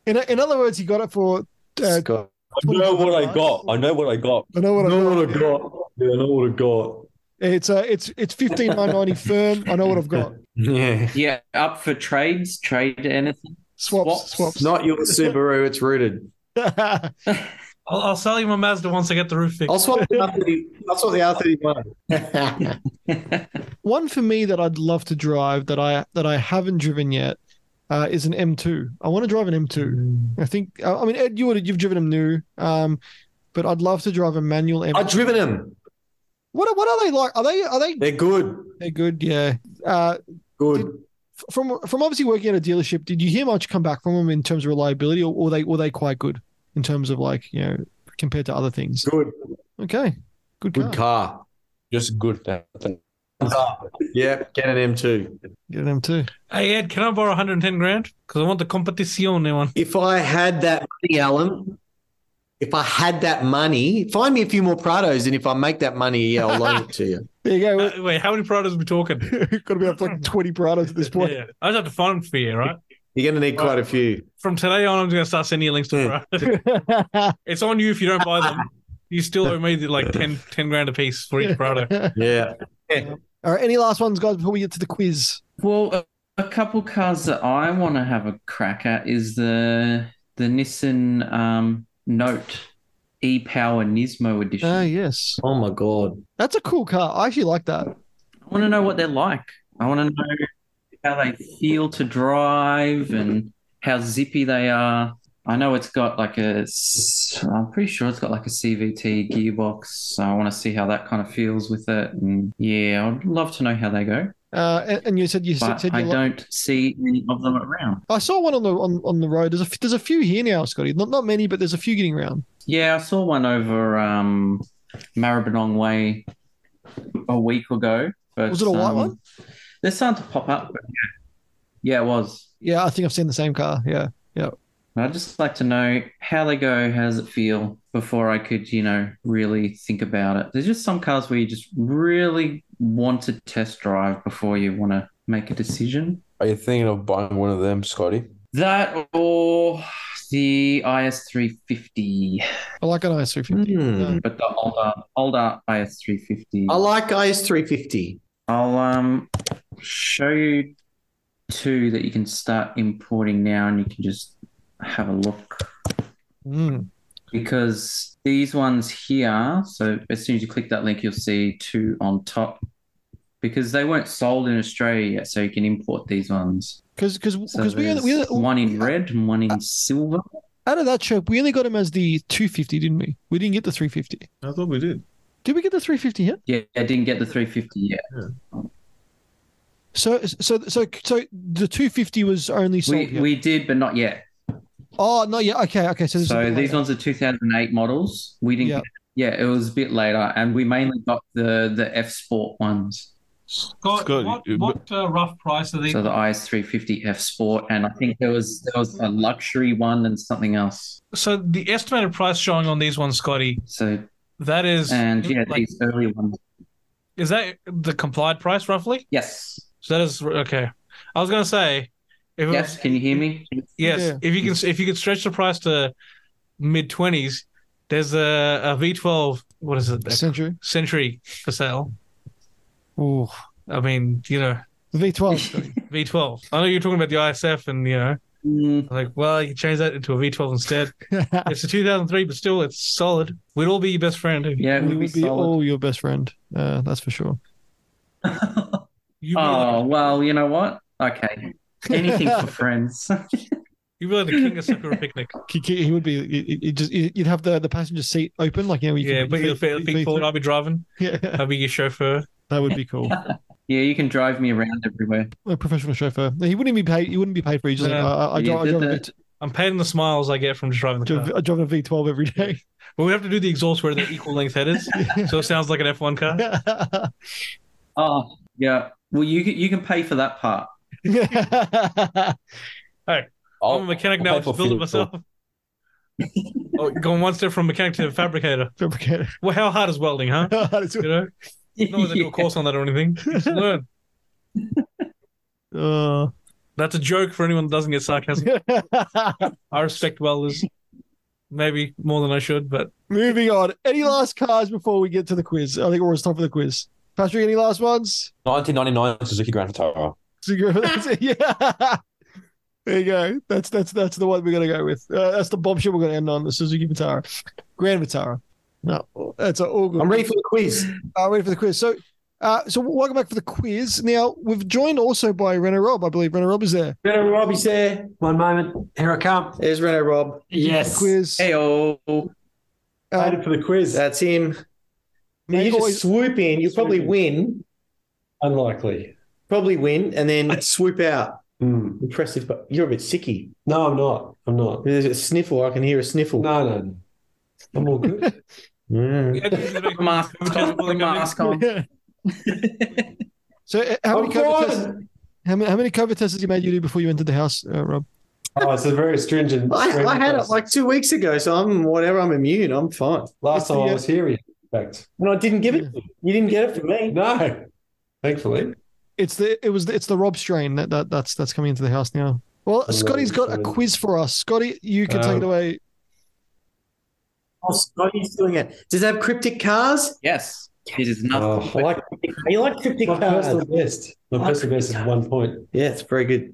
in, in other words, he got it for. Uh, Scott. I know what I got. I know what I got. I know what I got. I got. Yeah, I know what I got. It's uh, it's it's fifteen nine ninety firm. I know what I've got. Yeah. Yeah, up for trades, trade anything. Swaps, swaps. Not your Subaru, it's rooted. I'll, I'll sell you my Mazda once I get the roof fixed. I'll swap the R30, I'll swap the R31. One for me that I'd love to drive that I that I haven't driven yet uh, is an M2. I want to drive an M2. I think. I I mean, Ed, you would you've driven them new, um, but I'd love to drive a manual M. I've driven them. What what are they like? Are they are they They're good. they're good? Yeah. Uh, Good. f- from from obviously working at a dealership, did you hear much come back from them in terms of reliability, or were they were they quite good in terms of like you know compared to other things? Good. Okay, good car. Good car. Just good. Yeah, get an M2. Get an M2. Hey, Ed, can I borrow 110 grand? Because I want the competizione one. If I had that money, Alan, if I had that money, find me a few more Prados, and if I make that money, yeah, I'll loan it to you. There you go. Uh, wait, how many Prados are we talking? Got to be up to like twenty Prados at this point. Yeah, I just have to find them for you, right? You're going to need quite a few. From today on, I'm going to start sending you links to Prados. It's on you if you don't buy them. You still owe me like 10, 10 grand a piece for each Prado. Yeah. All right, any last ones, guys, before we get to the quiz? Well, a, a couple cars that I want to have a crack at is the the Nissan um, Note E Power Nismo Oh, edition. yes. Oh my god. That's a cool car. I actually like that. I want to know what they're like. I want to know how they feel to drive and how zippy they are. I know it's got like a. s- I'm pretty sure it's got like a CVT gearbox. So I want to see how that kind of feels with it. And yeah, I'd love to know how they go. Uh, and, and you said you But said you I li- don't see any of them around. I saw one on the on, on the road. There's a f- there's a few here now, Scotty. Not not many, but there's a few getting around. Yeah, I saw one over um, Maribyrnong Way a week ago. But, Was it a white um, one? They're starting to pop up. but yeah. yeah, it was. Yeah, I think I've seen the same car. Yeah, yeah. And I'd just like to know how they go, how does it feel before I could, you know, really think about it. There's just some cars where you just really want to test drive before you want to make a decision. Are you thinking of buying one of them, Scotty? That or the IS350, I like an IS350. Yeah. but the older older IS350. I like IS350. I'll um show you two that you can start importing now, and you can just have a look. Hmm. because these ones here, so as soon as you click that link, you'll see two on top because they weren't sold in Australia yet, so you can import these ones. Because because So because we only, we there's only, one in red and one in silver. out of that trip, we only got him as the 250, didn't we? We didn't get the 350. I thought we did. Did we get the 350 here? Yeah, I didn't get the 350 yet. So so so so the 250 was only sold. We, here. we did, but not yet. oh no, yeah, okay, okay. So, this is a So bit these later. ones are 2008 models. We didn't. Yeah. Yeah. it was a bit later, and we mainly got the the F Sport ones. Scott, what, what uh, rough price are these? So the IS350 F Sport, and I think there was there was a luxury one and something else. So the estimated price showing on these ones, Scotty, So that is and yeah, like, these early ones. is that the complied price roughly? Yes. So that is okay. I was gonna say, if it Yes, was- can you hear me? yes, Yeah. if you can, if you could stretch the price to mid twenties, there's a, a V12. What is it? Century. Century for sale. Ooh. I mean, you know, V12. Scotty. V12. I know you're talking about the ISF, and you know, like, well, you change that into a V12 instead. it's a 2003, but still, it's solid. We'd all be your best friend. Yeah, we would be all your best friend. Uh, that's for sure. Oh well, you know what? Okay, anything for friends. You'd be like the king of Sakura picnic. He, he he would be. He, he just, he- you'd have the, the passenger seat open, like you know. You Yeah, could- but you'll fit V- feet forward. V12. I'll be driving. Yeah, I'll be your chauffeur. That would be cool. Yeah, you can drive me around everywhere. a professional chauffeur. He wouldn't even be paid. He wouldn't be paid for. it. He's just like, I, I, I, drive, I, drive a V- am paid in the smiles I get from just driving the car. drive- I drive a V12 every day. But we have to do the exhaust where they're equal length headers, so it sounds like an F1 car. Oh yeah. Well, you can, you can pay for that part. Hey, Oh, I'm a Oh, mechanic now. I just build it myself. oh, going one step from mechanic to fabricator. Fabricator. Well, how hard is welding, huh? you know, no one's do a course on that or anything. Just learn. Uh, That's a joke for anyone that doesn't get sarcasm. I respect welders, maybe more than I should, but Moving on. Any last cards before we get to the quiz? I think we're almost time for the quiz. Patrick, any last ones? 1999 Suzuki Grand Vitara. So you go- that's it. yeah. There you go. That's that's that's the one we're gonna go with. Uh, that's the bombshell we're gonna end on. The Suzuki Vitara, Grand Vitara. No, that's all good. I'm ready for the quiz. Uh, ready for the quiz. So, uh, so welcome back for the quiz. Now we've joined also by Renner Rob. I believe Renner Rob is there. Renault Rob is there. One moment. Here I come. There's Renault Rob. Yes. Quiz. Hey, oh. Excited for the quiz. That's him. Mate, you just always- swoop in. You'll probably win. Unlikely. Hmm. Probably win and then swoop out. Impressive, but you're a bit sicky. No, I'm not. I'm not. There's a sniffle. I can hear a sniffle. No, no, no. I'm all good. mask, mask on. So, uh, how I'm many COVID fine. tests? How many, how many COVID tests did you made you do before you entered the house, uh, Rob? Oh, it's a very stringent. I, screening I had it process. like two weeks ago, so I'm whatever. I'm immune. I'm fine. last time uh, I was here. In fact, and I didn't give it. You didn't get it for me. No, thankfully. It's the it was the, it's the Rob strain that, that that's that's coming into the house now. Well, The Scotty's Rob got a strain. quiz for us. Scotty, you can take Um, it away. Oh, Scotty's doing it. Does it have cryptic cars? Yes. It is nothing. Oh, I like You like cryptic my personal cars? best. My personal best is one point. Yeah, it's very good.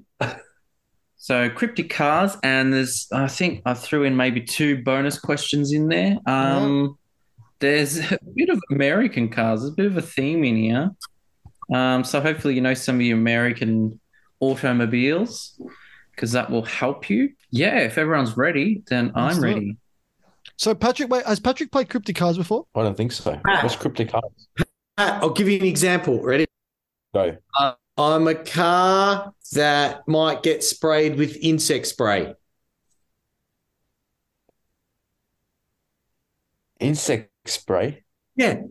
So cryptic cars, and there's I think I threw in maybe two bonus questions in there. Um, There's a bit of American cars. There's a bit of a theme in here. Um, so hopefully you know some of your American automobiles. because that will help you. Yeah, if everyone's ready, then Let's I'm do it. ready. So Patrick, wait, has Patrick played cryptic cards before? I don't think so. What's cryptic cards? Ah, I'll give you an example. Ready? Go. Uh, I'm a car that might get sprayed with insect spray. Insect spray. Yeah.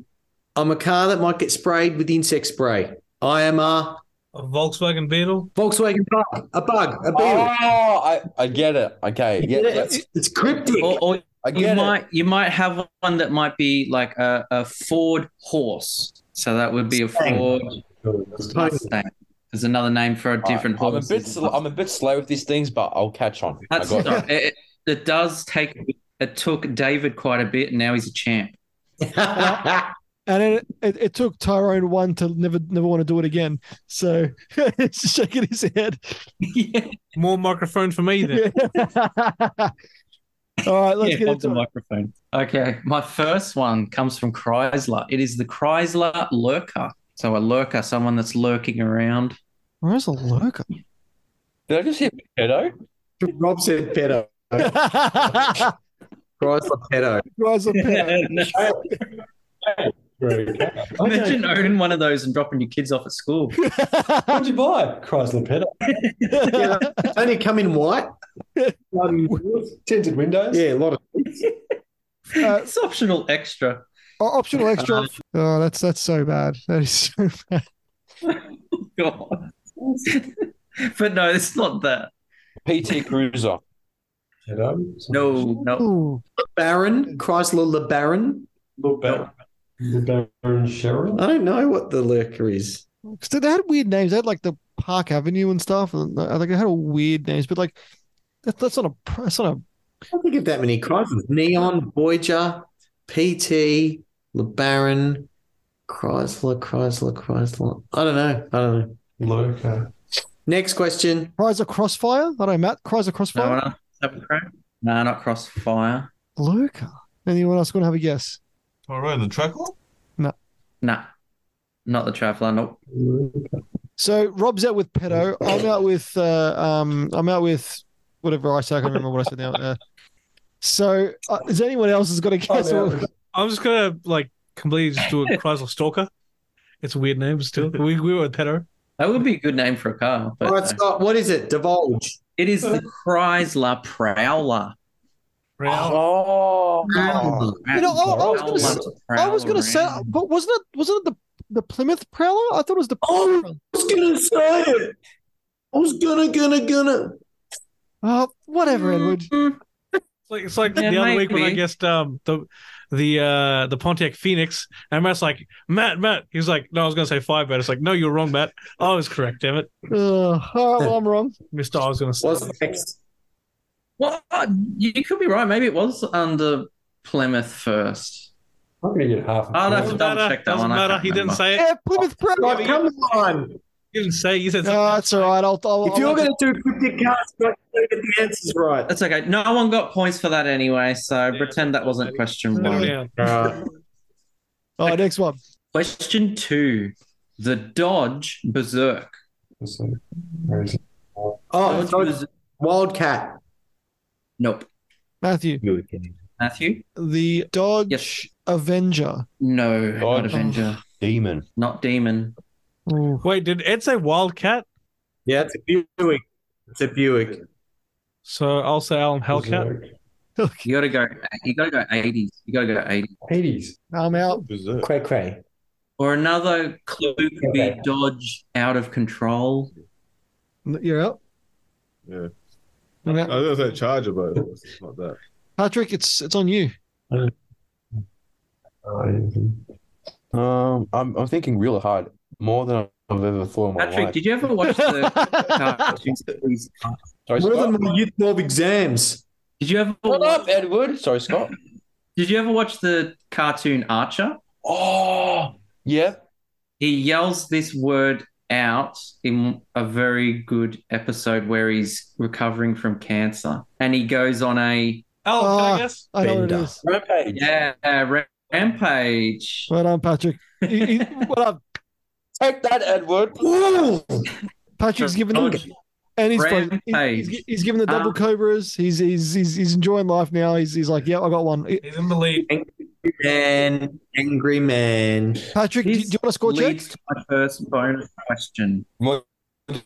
I'm a car that might get sprayed with insect spray. I am a A Volkswagen Beetle. Volkswagen bug, a bug, a beetle. Oh, I, I get it. Okay. Yeah, it's, that's- it's cryptic. Oh, Or, or I you get it. might you might have one that might be like a, a Ford horse. So that would be a Mustang. Ford Mustang. There's another name for a different I'm a horse. bit sl- I'm a bit slow with these things, but I'll catch on. I That's, got it. it, it, it does take. It took David quite a bit, and now he's a champ. And it, it, it took Tyrone one to never never want to do it again. So he's shaking his head. More microphone for me then. All right, let's Yeah, get hold the into it. microphone. Okay, my first one comes from Chrysler. It is the Chrysler lurker. So a lurker, someone that's lurking around. Where's a lurker? Did I just hear pedo? Rob said pedo. Chrysler pedo. Guys, a pair. Imagine owning one of those and dropping your kids off at school. Uh, What'd you buy? Chrysler Pedal. Yeah, they only come in white. Um, Tinted windows. yeah, a lot of. it's optional extra. Oh, optional extra. Uh-huh. Oh, that's that's so bad. That is so bad. God. but no, it's not that. PT Cruiser. Pedo. No, no. Ooh. Baron, Chrysler LeBaron. The Baron. The Baron Sharon. I don't know what the lurker is. 'Cause they had weird names. They had like the Park Avenue and stuff. And uh, like they had all weird names, but like that, that's not a pr- that's not a I don't think of that many Chrysler. Neon, Voyager, PT, LeBaron, Chrysler, Chrysler, Chrysler. I don't know. I don't know. Lurker. Next question. Chrysler Crossfire. I don't know, Matt. Chrysler No, Crossfire. one else have a crack? no, not Crossfire. Lurker. Anyone else going to have a guess? All right, the truck. No, not the Traveller. Nope. So Rob's out with pedo. I'm out with uh, um. I'm out with whatever I said. I can't remember what I said now. Uh, so uh, is anyone else has got a guess? I'm out what- I'm just gonna like completely just do a Chrysler Stalker. It's a weird name still. We we were with pedo. That would be a good name for a car. But All right, no. Scott, what is it? Divulge. It is the Chrysler Prowler. Real. Oh. You know, I- I was gonna s- Prowler, I was going to say, Prowler. but wasn't it wasn't it the the Plymouth Prowler? I thought it was the. Oh, I was gonna say it. I was gonna, gonna, gonna. Oh, whatever, Edward. Mm, It's like, it's like Yeah, the other week when I maybe. guessed um the the uh the Pontiac Phoenix and Matt's like Matt Matt he was like no I was gonna say Firebird it's like no you're wrong Matt I was correct damn it Ugh. all right, well, I'm wrong. Mister I was gonna say What's next? Well, uh, you could be right. Maybe it was under Plymouth first. I'm gonna get half. I'll have doesn't to double matter check that doesn't one. I matter can't he didn't remember. say it Yeah, Plymouth Prowler. Oh, come on. he didn't say it. he said No, it's all right. I'll. I'll If you're I'll- gonna do cryptic cards, you got to get the answers right. That's okay. No one got points for that anyway, so pretend that wasn't question something. one. Oh, Yeah. All right, next one. Question two: The Dodge Berserk. So, where is it? Oh, Dodge so Berserk- Wildcat. Nope. Matthew, Matthew. the Dodge Yes. Avenger. No. Not Dodge. Avenger. Demon. Not Demon. Ooh. wait did Ed say Wildcat Yeah, it's a Buick. It's a Buick. so I'll say Alan Hellcat You gotta go. You gotta go eighties. You gotta go eighties. Eighties. I'm out. Cray cray. Or another clue could be Okay. Dodge out of control. You're out. Yeah. I'm I out. was gonna say charger, but it's not that. Patrick, it's it's on you. Um, I'm I'm thinking real hard, more than I've ever thought in my Patrick, life. did you ever watch the cartoon series? Sorry, More Scott. than my year 12 exams. Did you ever Shut watch, up, Edward. Sorry, Scott. Did you ever watch the cartoon Archer? Oh, yeah. He yells this word out in a very good episode where he's recovering from cancer, and he goes on a Alan can Ah. I guess I know what it Bender. is. Rampage. yeah ra- rampage. Well done, Patrick. You- you- well done. Take that, Edward. Patrick's given them. And he's, Rampage. playing- he's, he's giving the double Um, cobras. He's, he's he's he's enjoying life now. He's he's like, yeah, I got one. He's in the lead. Man, angry man. Patrick, do you, do you want a score check? Leads to my first bonus question. What? Do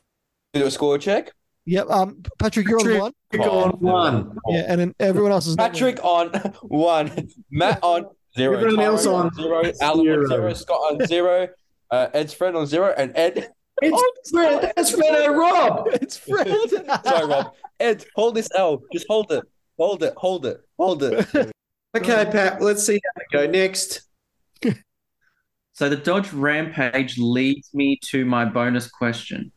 a score check. Yep. Um, Patrick, you're Patrick, on you're one. on one. Yeah, and then everyone else is not Patrick on one, Matt on zero, Everyone Tyrone else on zero, Alan zero. on zero, Scott on zero, uh, Ed's friend on zero, and Ed. It's Fred. That's Fred and Rob. It's Fred. Sorry, Rob. Ed, hold this L. Just hold it. Hold it. Hold it. Hold it. Okay, Pat, let's see how we go next. So the Dodge Rampage leads me to my bonus question.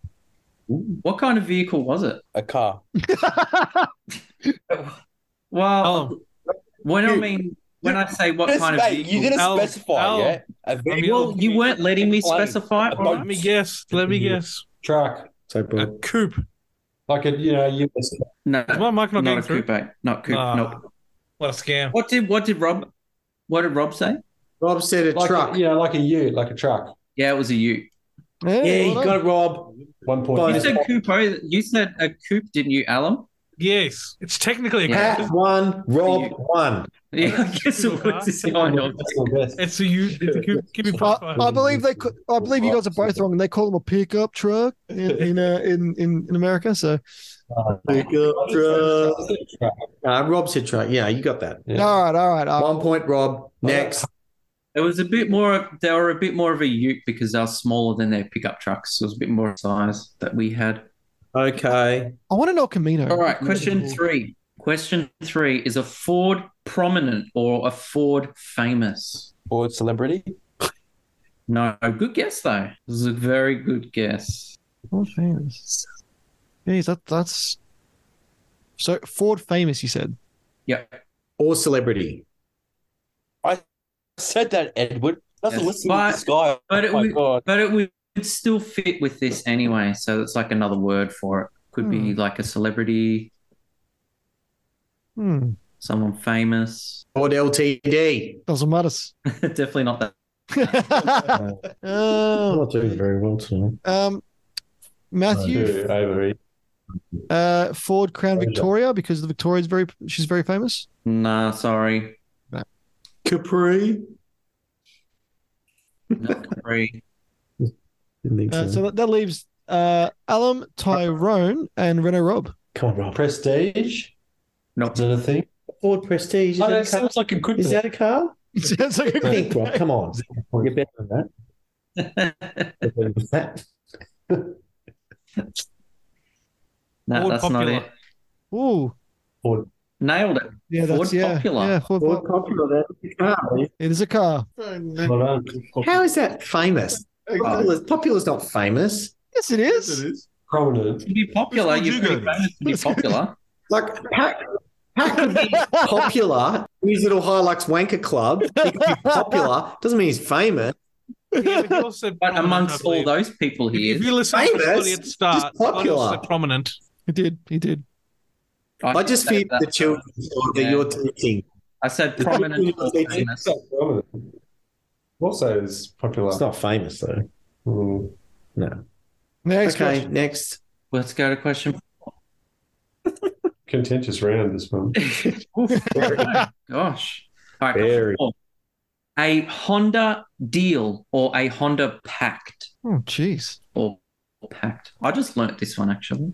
What kind of vehicle was it? A car. well, Oh, when I mean when I say what Just- kind of hey, vehicle, you didn't specify, yeah? A well, you weren't letting me Plane. specify. A all right? boat. Let me guess. Let me guess. Truck. So, A coupe. Like a you know you. No, Is my mic not not going a through? coupe, not coupe. Ah. no. What a scam. What did what did Rob? What did Rob say? Rob said a like truck. A, you know, like a U, like a truck. Yeah, it was a U. yeah, you well got it, Rob. One Oh, You point. said coupe. You said a coupe, didn't you, Alan? Yes. It's technically a Yeah. coupe. Pat won. Rob won. Yeah, I guess it was. It's the kind of- It's a U. It's a coupe. Give me I, plus five. I believe they. could- I believe you guys are both wrong. They call them a pickup truck in in uh, in, in, in America. So Pickup truck. Uh, Rob said truck. Yeah, you got that. Yeah. all right, all right. all right. One point, Rob. Next. It was a bit more. of- They were a bit more of a Ute because they were smaller than their pickup trucks. So it was a bit more size that we had. Okay. I want to know Camino. All right. Question three. Question three is a Ford prominent or a Ford famous? Or celebrity. No, good guess though. This is a very good guess. Ford Oh, famous. Jeez, that that's so Ford famous. You said Yeah. Or celebrity. I said that, Edward. Nothing Yes. listening to But- this guy. but oh it my would- god. But it would still fit with this anyway. So it's like another word for it. Could Hmm. be like a celebrity, hmm, someone famous. Or LTD. doesn't matter. Definitely not that. I'm Oh, not doing very well tonight. um, Matthew, Too overeat. uh, Ford Crown Victoria because the Victoria's very she's very famous. Nah, sorry. Capri. Not Capri. Didn't think Uh, so. so that, that leaves uh, Alum, Tyrone, and Renault Rob. Come on, Rob. Prestige. Nope. Is that a thing? Ford Prestige. Is, Oh, that, that a car? sounds like it could Is be. that a car? Sounds like a Think, Rob. Come on. You're better than that. You're better than that. No, Ford that's popular. not it. Ooh, Nailed it. yeah, that's Ford yeah, Popular. yeah, Ford, Ford Pop- Popular. That's a car. It is a car. Hold on. How is that famous? Popular's, Popular's not famous. Yes, it is. is. Prominent. To be popular, Which one you're would you pretty go famous to be popular. Like, Pat, Pat could be popular in his little Hilux wanker club. He could be popular. Doesn't mean he's famous. Yeah, but you also said But prominent, amongst I believe. all those people, he If is. you listen to Famous, somebody at the start, just popular. I just said prominent. He did. He did. I just said feed that. the children that Yeah. you're teaching. I said prominent or It's famous. Prominent. Also is popular. It's not famous though. Hmm. No. Next okay, question. next. Let's go to question. Contentious round this one. Gosh. All right. Very. Question four. A Honda deal or a Honda pact Oh, jeez. or pact. I just learnt this one actually.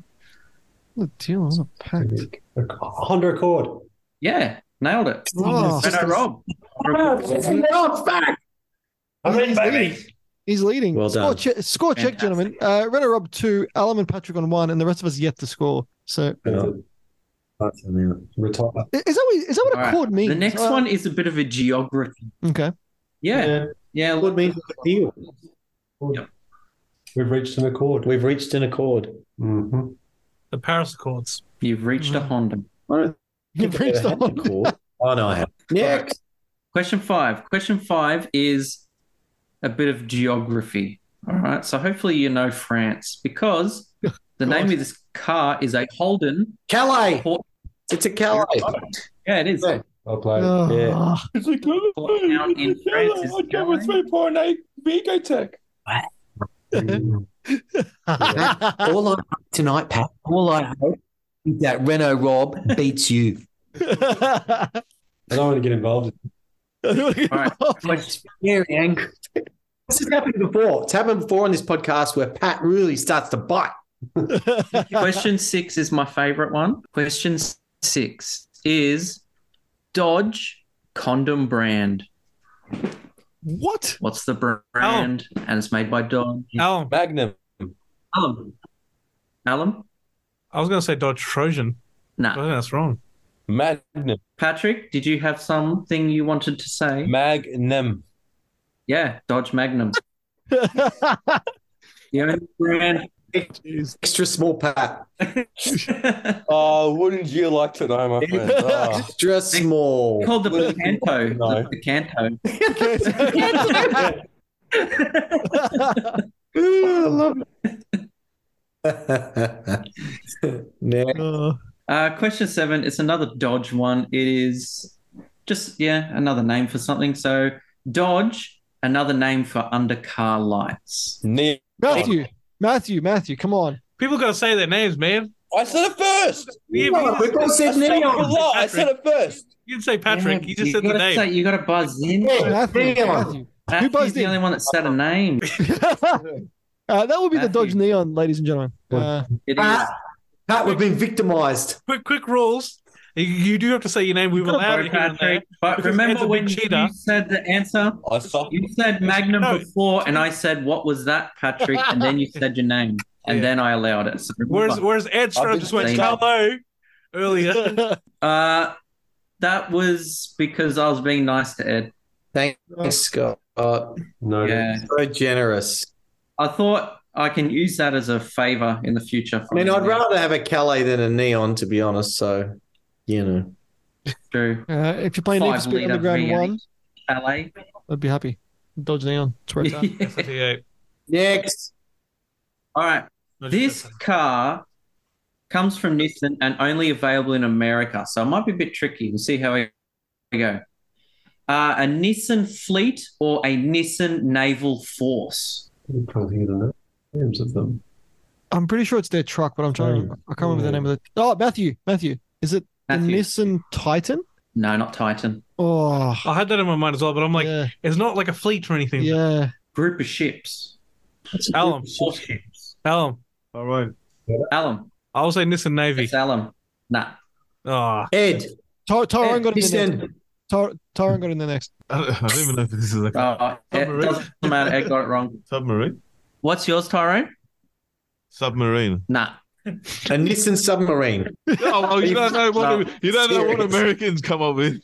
The deal on a pact. Honda Accord. Yeah, nailed it. Oh, Renault Rob. I mean, baby. he's leading. Well score done. check, score check, Fantastic. gentlemen. Uh, Renault Rob two, Alum and Patrick on one, and the rest of us yet to score. So Retire. i- is that what, is that what All right. a chord means? The next Uh, one is a bit of a geography. Okay. Yeah, yeah. What means deal? We've reached an accord. We've reached an accord. Mm-hmm. The Paris Accords. You've reached Mm-hmm. a Honda. You've Never reached had the an accord. Oh no, I have. Next. Question five. Question five is a bit of geography. All right. So hopefully you know France because the name of this car is a Holden. Calais. Port- It's a Calais. yeah, it is. Yeah. I'll play. Oh, It's a good Down in It's a France yellow. is I'd go with yellow. 3.8 Vigo Tech. Ah. All I'm up tonight, Pat. All I hope is that Renault Rob beats you. I don't want to get involved. Very angry. This has happened before. It's happened before on this podcast where Pat really starts to bite. Question six is my favorite one. Question s- six is Dodge condom brand. What? What's the br- brand? And it's made by Dodge. Alum. Magnum. Alum. Alum? I was going to say Dodge Trojan. Nah. I think that's wrong. Magnum. Patrick, did you have something you wanted to say? Magnum. Yeah, Dodge Magnum. the only brand. Extra small Pat. Oh, wouldn't you like to know, my friend? Oh. Extra small. Called the Picanto. The Picanto. Uh, question seven. It's another Dodge one. It is just yeah, another name for something. So Dodge, another name for undercar lights. Neon. Matthew, Matthew, Matthew, come on. People got to say their names, man. I said it first. Yeah, but you- I said it a lot. I said it first. You didn't say Patrick. you just said the gotta name. say- you got to buzz in. Matthew, Matthew. Matthew's buzzed the in? only one that said a name. Uh, that will be the Dodge Neon, ladies and gentlemen. Uh, It is. Pat, we've been victimized. quick, quick rules. You, you do have to say your name. We've allowed Sorry, it here and there. Patrick, but because Ed's remember a when big cheater. you said the answer? I saw. You said Magnum before, and I said, "What was that, Patrick?" And then you said your name, and then I allowed it. So Whereas, remember. whereas Ed I've Stroh been just went saying that. hello earlier. Uh, that was because I was being nice to Ed. Thanks, Scott. Uh, No. Yeah. So generous. I thought I can use that as a favor in the future. I mean, I'd rather have a Calais than a Neon, to be honest. So, you know. True. uh, if you're playing Need for Five Speed liter Underground V8 One, Calais. I'd be happy. Dodge Neon, it's where it's at. Next. All right. This car comes from Nissan and only available in America. So it might be a bit tricky. We'll see how we we go. Uh, a Nissan fleet or a Nissan naval force? I'm trying to think of the names of them. I'm pretty sure it's their truck, but I'm trying. I can't remember the name of it. Oh, Matthew, Matthew, is it the Nissan Titan? No, not Titan. Oh, I had that in my mind as well, but I'm like, it's not like a fleet or anything. yeah. Group of ships. Alum. Four ships. Alum. All right. Alum. I'll say Nissan Navy. It's Alum. Nah. Oh, Ed. Ty- Tyrone Ed, Oh, got in the Eh, Nissan. next. Ty- Tyrone got in the next. I don't, I don't even know if this is a Oh. Uh, it doesn't matter. Ed got it wrong. submarine. What's yours, Tyrone? Submarine. Nah. A Nissan submarine. Oh, well, you don't know what No, you don't know what serious. Americans come up with.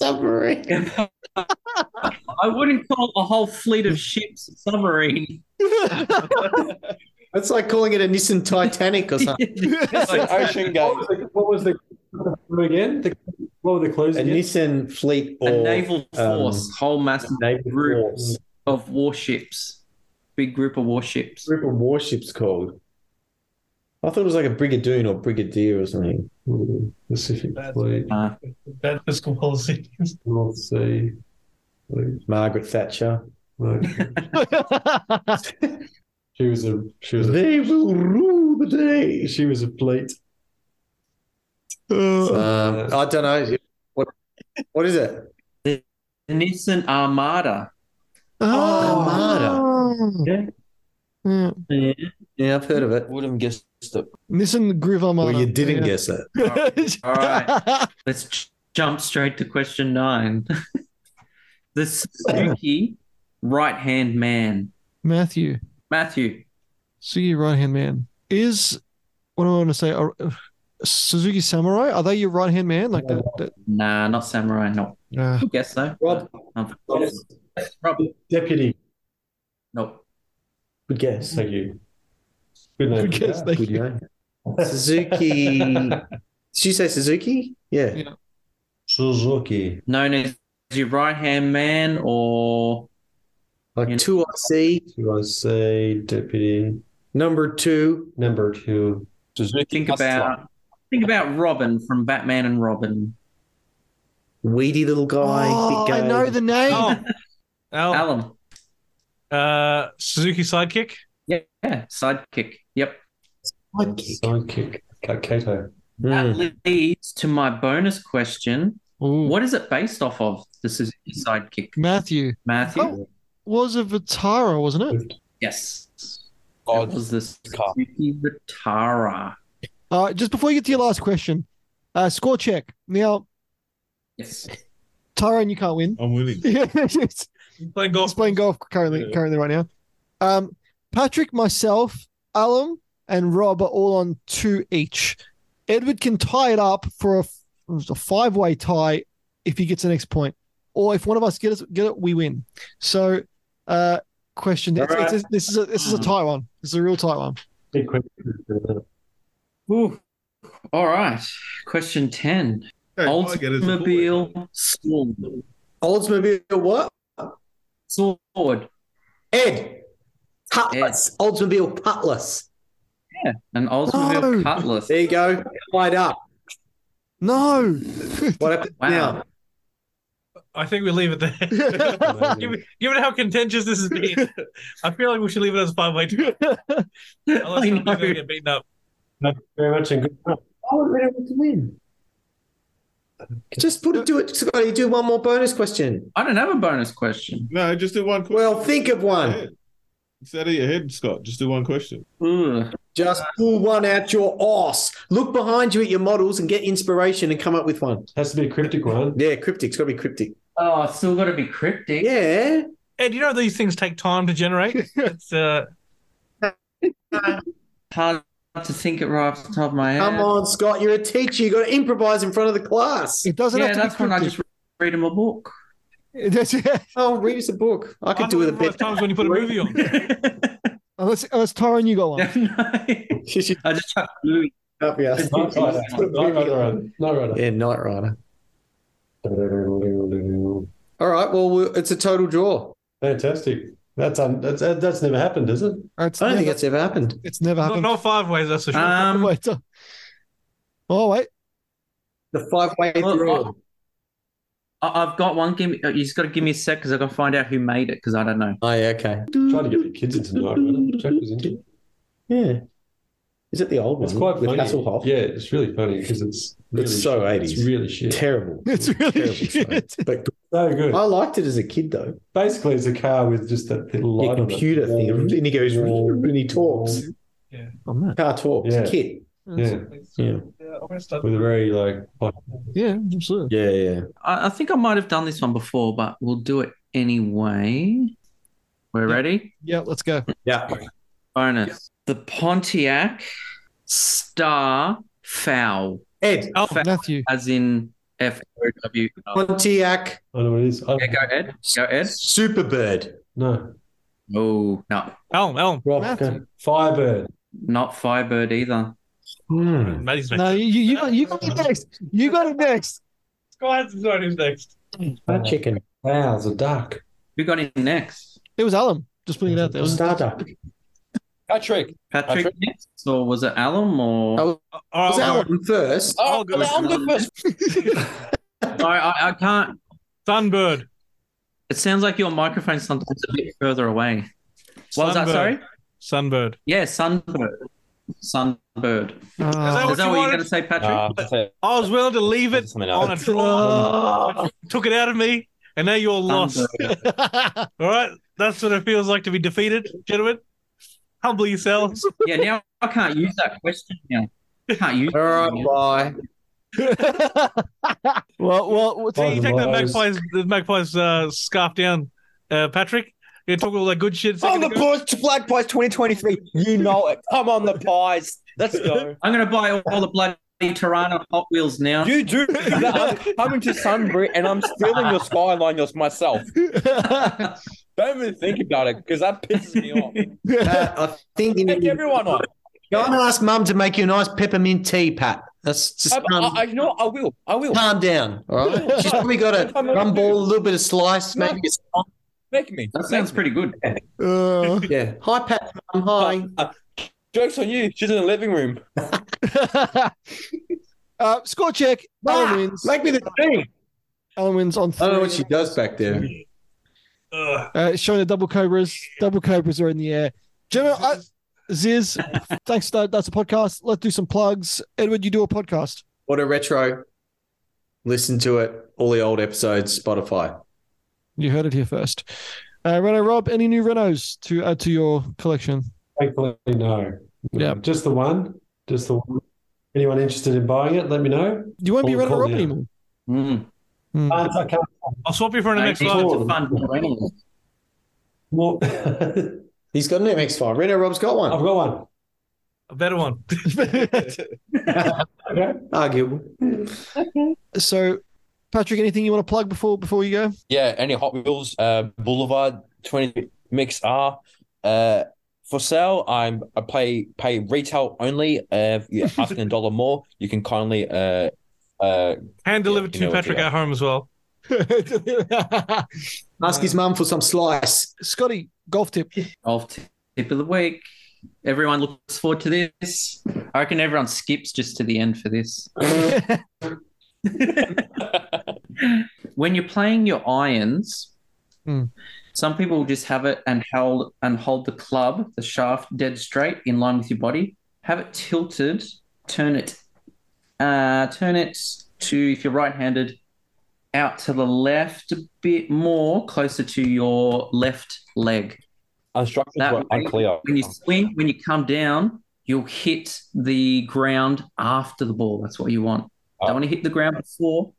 submarine. I wouldn't call a whole fleet of ships a submarine. That's like calling it a Nissan Titanic or something. Like Ocean Gate. What was the, what was the again? The, what were the clues a again? Nissan fleet or a naval um, force, whole massive naval group force. of warships, big group of warships. group of warships called. I thought it was like a Brigadoon or Brigadier or something. Ooh, Pacific Fleet, Uh, Bad fiscal policy. North Sea. Fleet. Margaret Thatcher. No. she was a she was a, They will rule the day. she was a fleet. Oh. Um, I don't know. What, what is it? The Nissan Armada. Armada. Yeah. Yeah. yeah, I've heard of it. Would have guessed it. Nissan Groove Armada. Well, you didn't Yeah. guess it. All right, let's j- jump straight to question nine. the Suzuki right hand man, Matthew, Matthew. Suzuki right hand man is what do I want to say? A, a Suzuki Samurai? Are they your right hand man? Like that? that Nah, not samurai. No, uh, guess so. Rob, Um, Rob. Deputy. nope. good guess. Thank you. Good name. good guess. Thank Good you. name. Suzuki. Did you say Suzuki? Yeah. Yeah. Suzuki. Known as your right hand man, or Like two IC, Do I say deputy number two. number two? Suzuki think Hustler. about think about Robin from Batman and Robin. Weedy little guy. Oh, big I guy. know the name. Oh. Alum. Alum. Alum. Uh, Suzuki Sidekick. Yeah, yeah. sidekick. Yep. Sidekick. Sidekick. Cut Kato. Hmm. That leads to my bonus question. Ooh. Oh, What is it based off of? The Suzuki sidekick. Matthew. Matthew. Oh. Was a Vitara, wasn't it? Yes. Oh. It was the Suzuki Vitara. Uh, just before you get to your last question, uh, score check. Now, Yes. Tyrone, you can't win. I'm winning. Yeah, he's playing golf. He's playing golf currently, currently right now. Um, Patrick, myself, Alum, and Rob are all on two each. Edward can tie it up for a, f- a five-way tie if he gets the next point, or if one of us gets get it, we win. So, uh, question: it's, Alright. it's- This is a this is a tight one. This is a real tight one. Big question. Ooh. All right. Question 10. Oldsmobile sword. Oldsmobile what? Sword. Ed. Cutlass. Oldsmobile cutlass. Yeah. An Oldsmobile Oh. No. cutlass. There you go. Tied up. No. What happened Wow. now? I think we leave it there. given, given how contentious this has been, I feel like we should leave it as a five way tie. Unless we're going to get beaten up. Thank you very much and good luck. I wasn't ready to win. Just put it. Do it, Scotty. Do one more bonus question. I don't have a bonus question. No, just do one question. Well, think of one. It's out of your head, Scott. Just do one question. Ugh. Just pull one out your ass. Look behind you at your models and get inspiration and come up with one. Has to be a cryptic one. Yeah, cryptic. It's got to be cryptic. Oh, it's still got to be cryptic. Yeah. Ed, you know these things take time to generate. It's uh, Hard to think it right off the top of my head. Come on, Scott. You're a teacher. You got to improvise in front of the class. It doesn't yeah, have to that's be when I cryptic. just read him a book. That's, Oh, read us a book. I could I do with a thought it was bit. times when you put a movie on. unless unless Tyrone, you got one. I just chucked Louis. Up your ass. Knight Rider. Knight Rider. Knight Rider. Yeah, Knight Rider. All right. Well, we- it's a total draw. Fantastic. That's um, that's that- that's never happened, is it? It's I don't never, think that's ever happened. it's never Not, happened. not five ways, that's for sure. Um, Wait, uh, oh wait, The five way Well, draw. I- I've got one. Give me, uh, you just got to give me a sec because I've got to find out who made it because I don't know. Oh, yeah. Okay. Trying to get the kids into Knight Rider. Jack was into it. Yeah. Is it the old one? It's quite with funny. Hasselhoff. Yeah, it's really funny because it's really It's so It's 80s. really shit. Terrible. it's really Terrible shit. stuff. But so good. I liked it as a kid, though. Basically, it's a car with just that little Yeah, light on it. computer thing. And he goes and he talks. Oh, man. Car talks. Yeah. Kid. Yeah, Yeah. with a very like. like- Yeah, absolutely. Yeah. Yeah. I, I think I might have done this one before, but we'll do it anyway. We're ready. Yeah, let's go. Yeah. Bonus: the Pontiac Star Fowl, Ed. Oh, Fa- Matthew. as in F O W. L. Pontiac. I don't know what it is. I, Yeah, go Ed. Go Ed. Superbird. No, Oh no, Elm, Elm. Oh, Rob, Matthew. go. Firebird. not Firebird either. Hmm. Maddie's next. No, you you got you got it next. You got it next. Squad's not who's next. That chicken. Owls, a duck. Who got in next? It was Alum. Just putting it out there. A star duck. Patrick. Patrick, Patrick? next, or was it Alum? Or Oh, All was right, all right. Alan first? Oh, I'll go with I'm the first. Sorry, I, I can't. Sunbird. It sounds like your microphone's sometimes a bit further away. What was that? Sunbird. Sorry. Sunbird. Yeah, Sunbird. Is Sunbird. that what Ah. Is that you what you're wanted? going to say, Patrick? Nah, that's it. I was willing to leave it Something on a else. draw. Took it out of me, and now you're lost. Sunbird. All right, that's what it feels like to be defeated, gentlemen. Humble yourselves. yeah, now I can't use that question now. I can't use All it. right. now. Bye. well, well, So you take the Otherwise- magpie's, the magpie's uh, scarf down, uh, Patrick. You talk all that good shit. a On second the ago. Bush Black Pies 2023. You know it. Come on, the pies. Let's go. I'm going to buy all the bloody Tirana Hot Wheels now. You do. I'm coming to Sunbury and I'm stealing your skyline just myself. Don't even think about it because that pisses me off. Pat, I think you need Pick to everyone off. Go and ask mum to make you a nice peppermint tea, Pat. That's just I, um, calm, Um, I, I, you know what? I will. I will. calm down. All right. She's probably got a I'm gonna rum do- ball, a little bit of slice, No. maybe. it's- Make me. That sounds pretty good. uh, Yeah. Hi, Pat. Mum. Hi. Uh, Joke's on you. She's in the living room. uh, score check. Alan wins. Ah, Make me the tea. Alan wins on I three. don't know what she does back there. Ugh. Uh, showing the double cobras. Double cobras are in the air. Gemma, I, Ziz, thanks. That, that's a podcast. Let's do some plugs. Edward, you do a podcast. What a retro. Listen to it. All the old episodes, Spotify. You heard it here first. Uh, Renault Rob, any new Renos to add to your collection? Thankfully, no. Yeah. Just the one. Just the one. Anyone interested in buying it, let me know. You won't be Call- Renault call Rob now. anymore. Hmm. Mm. Uh, Can't- I can't- I'll swap you for an Hey, MX it's Live. a fun thing. More. He's got an MX5. Reno Rob's got Oh, one. I've got one. A better one. Okay. Arguable. So, Patrick, anything you want to plug before before you go? Yeah, any Hot Wheels uh, Boulevard 20 Mix R uh, for sale. I'm I pay pay retail only. Uh, if you're asking a dollar more, you can kindly uh, uh, Hand delivered you know to what to Patrick do. at home as well. Ask his mum for some slice. Scotty, golf tip. Off tip of the week. Everyone looks forward to this. I reckon everyone skips just to the end for this. when you're playing your irons, Hmm. some people will just have it and hold and hold the club, the shaft dead straight in line with your body. Have it tilted, turn it, uh, turn it to if you're right-handed, out to the left a bit more, closer to your left leg. Instructions That were way, unclear. When you swing, when you come down, you'll hit the ground after the ball. That's what you want. Don't want to hit the ground before,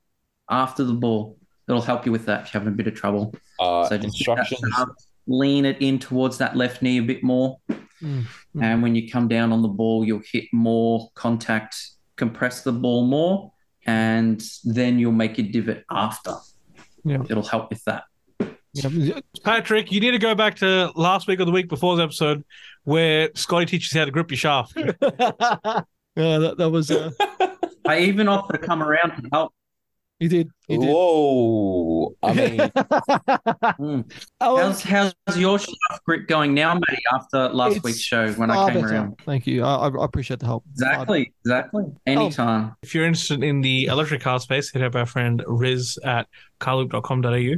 after the ball. It'll help you with that if you're having a bit of trouble. Uh, so just hit that instructions. shaft, lean it in towards that left knee a bit more. And when you come down on the ball, you'll hit more contact, compress the ball more, and then you'll make your divot after. Yeah. It'll help with that. Yeah. Patrick, you need to go back to last week or the week before's episode where Scotty teaches you how to grip your shaft. Yeah, that, that was uh, I even offered to come around to help. you did. You did. Whoa! I mean, Mm. Alan, How's, how's your shaft grip going now, Matty, after last It's week's show when far I came ah, better. around? Thank you. I, I appreciate the help. Exactly, exactly. Anytime. If you're interested in the electric car space, hit up our friend Riz at carloop.com.au.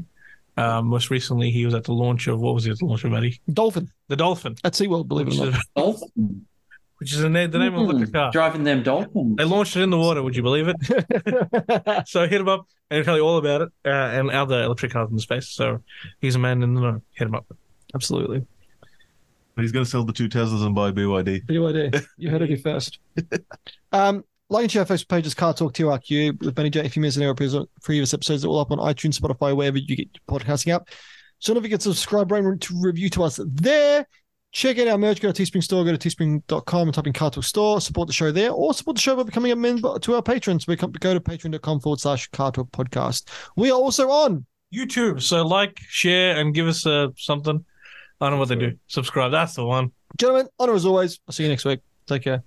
Um, most recently, he was at the launch of what was he at the launch of, Matty? Dolphin The Dolphin, at SeaWorld, believe it which or is, not. Dolphin. which is the name, the name of the electric car. Driving them dolphins. They launched it in the water. Would you believe it? so hit him up and he'll tell you all about it uh, and other electric cars in space. So he's a man in the know. Hit him up. Absolutely. He's going to sell the two Teslas and buy BYD. BYD. You heard it here first. um, like and share our Facebook pages, Car Talk TRQ with Benny J. If you missed any of our previous- previous episodes, they're all up on iTunes, Spotify, wherever you get your podcasting app. So don't forget to subscribe, rate, and to review to us there. Check out our merch. Go to Teespring Store. Go to teespring.com and type in Car Talk Store. Support the show there or support the show by becoming a member to our patrons. We come, go to patreon.com forward slash Car Talk Podcast. We are also on. YouTube. So like, share, and give us uh, something. I don't know what they do. Subscribe. That's the one. Gentlemen, honor as always. I'll see you next week. Take care.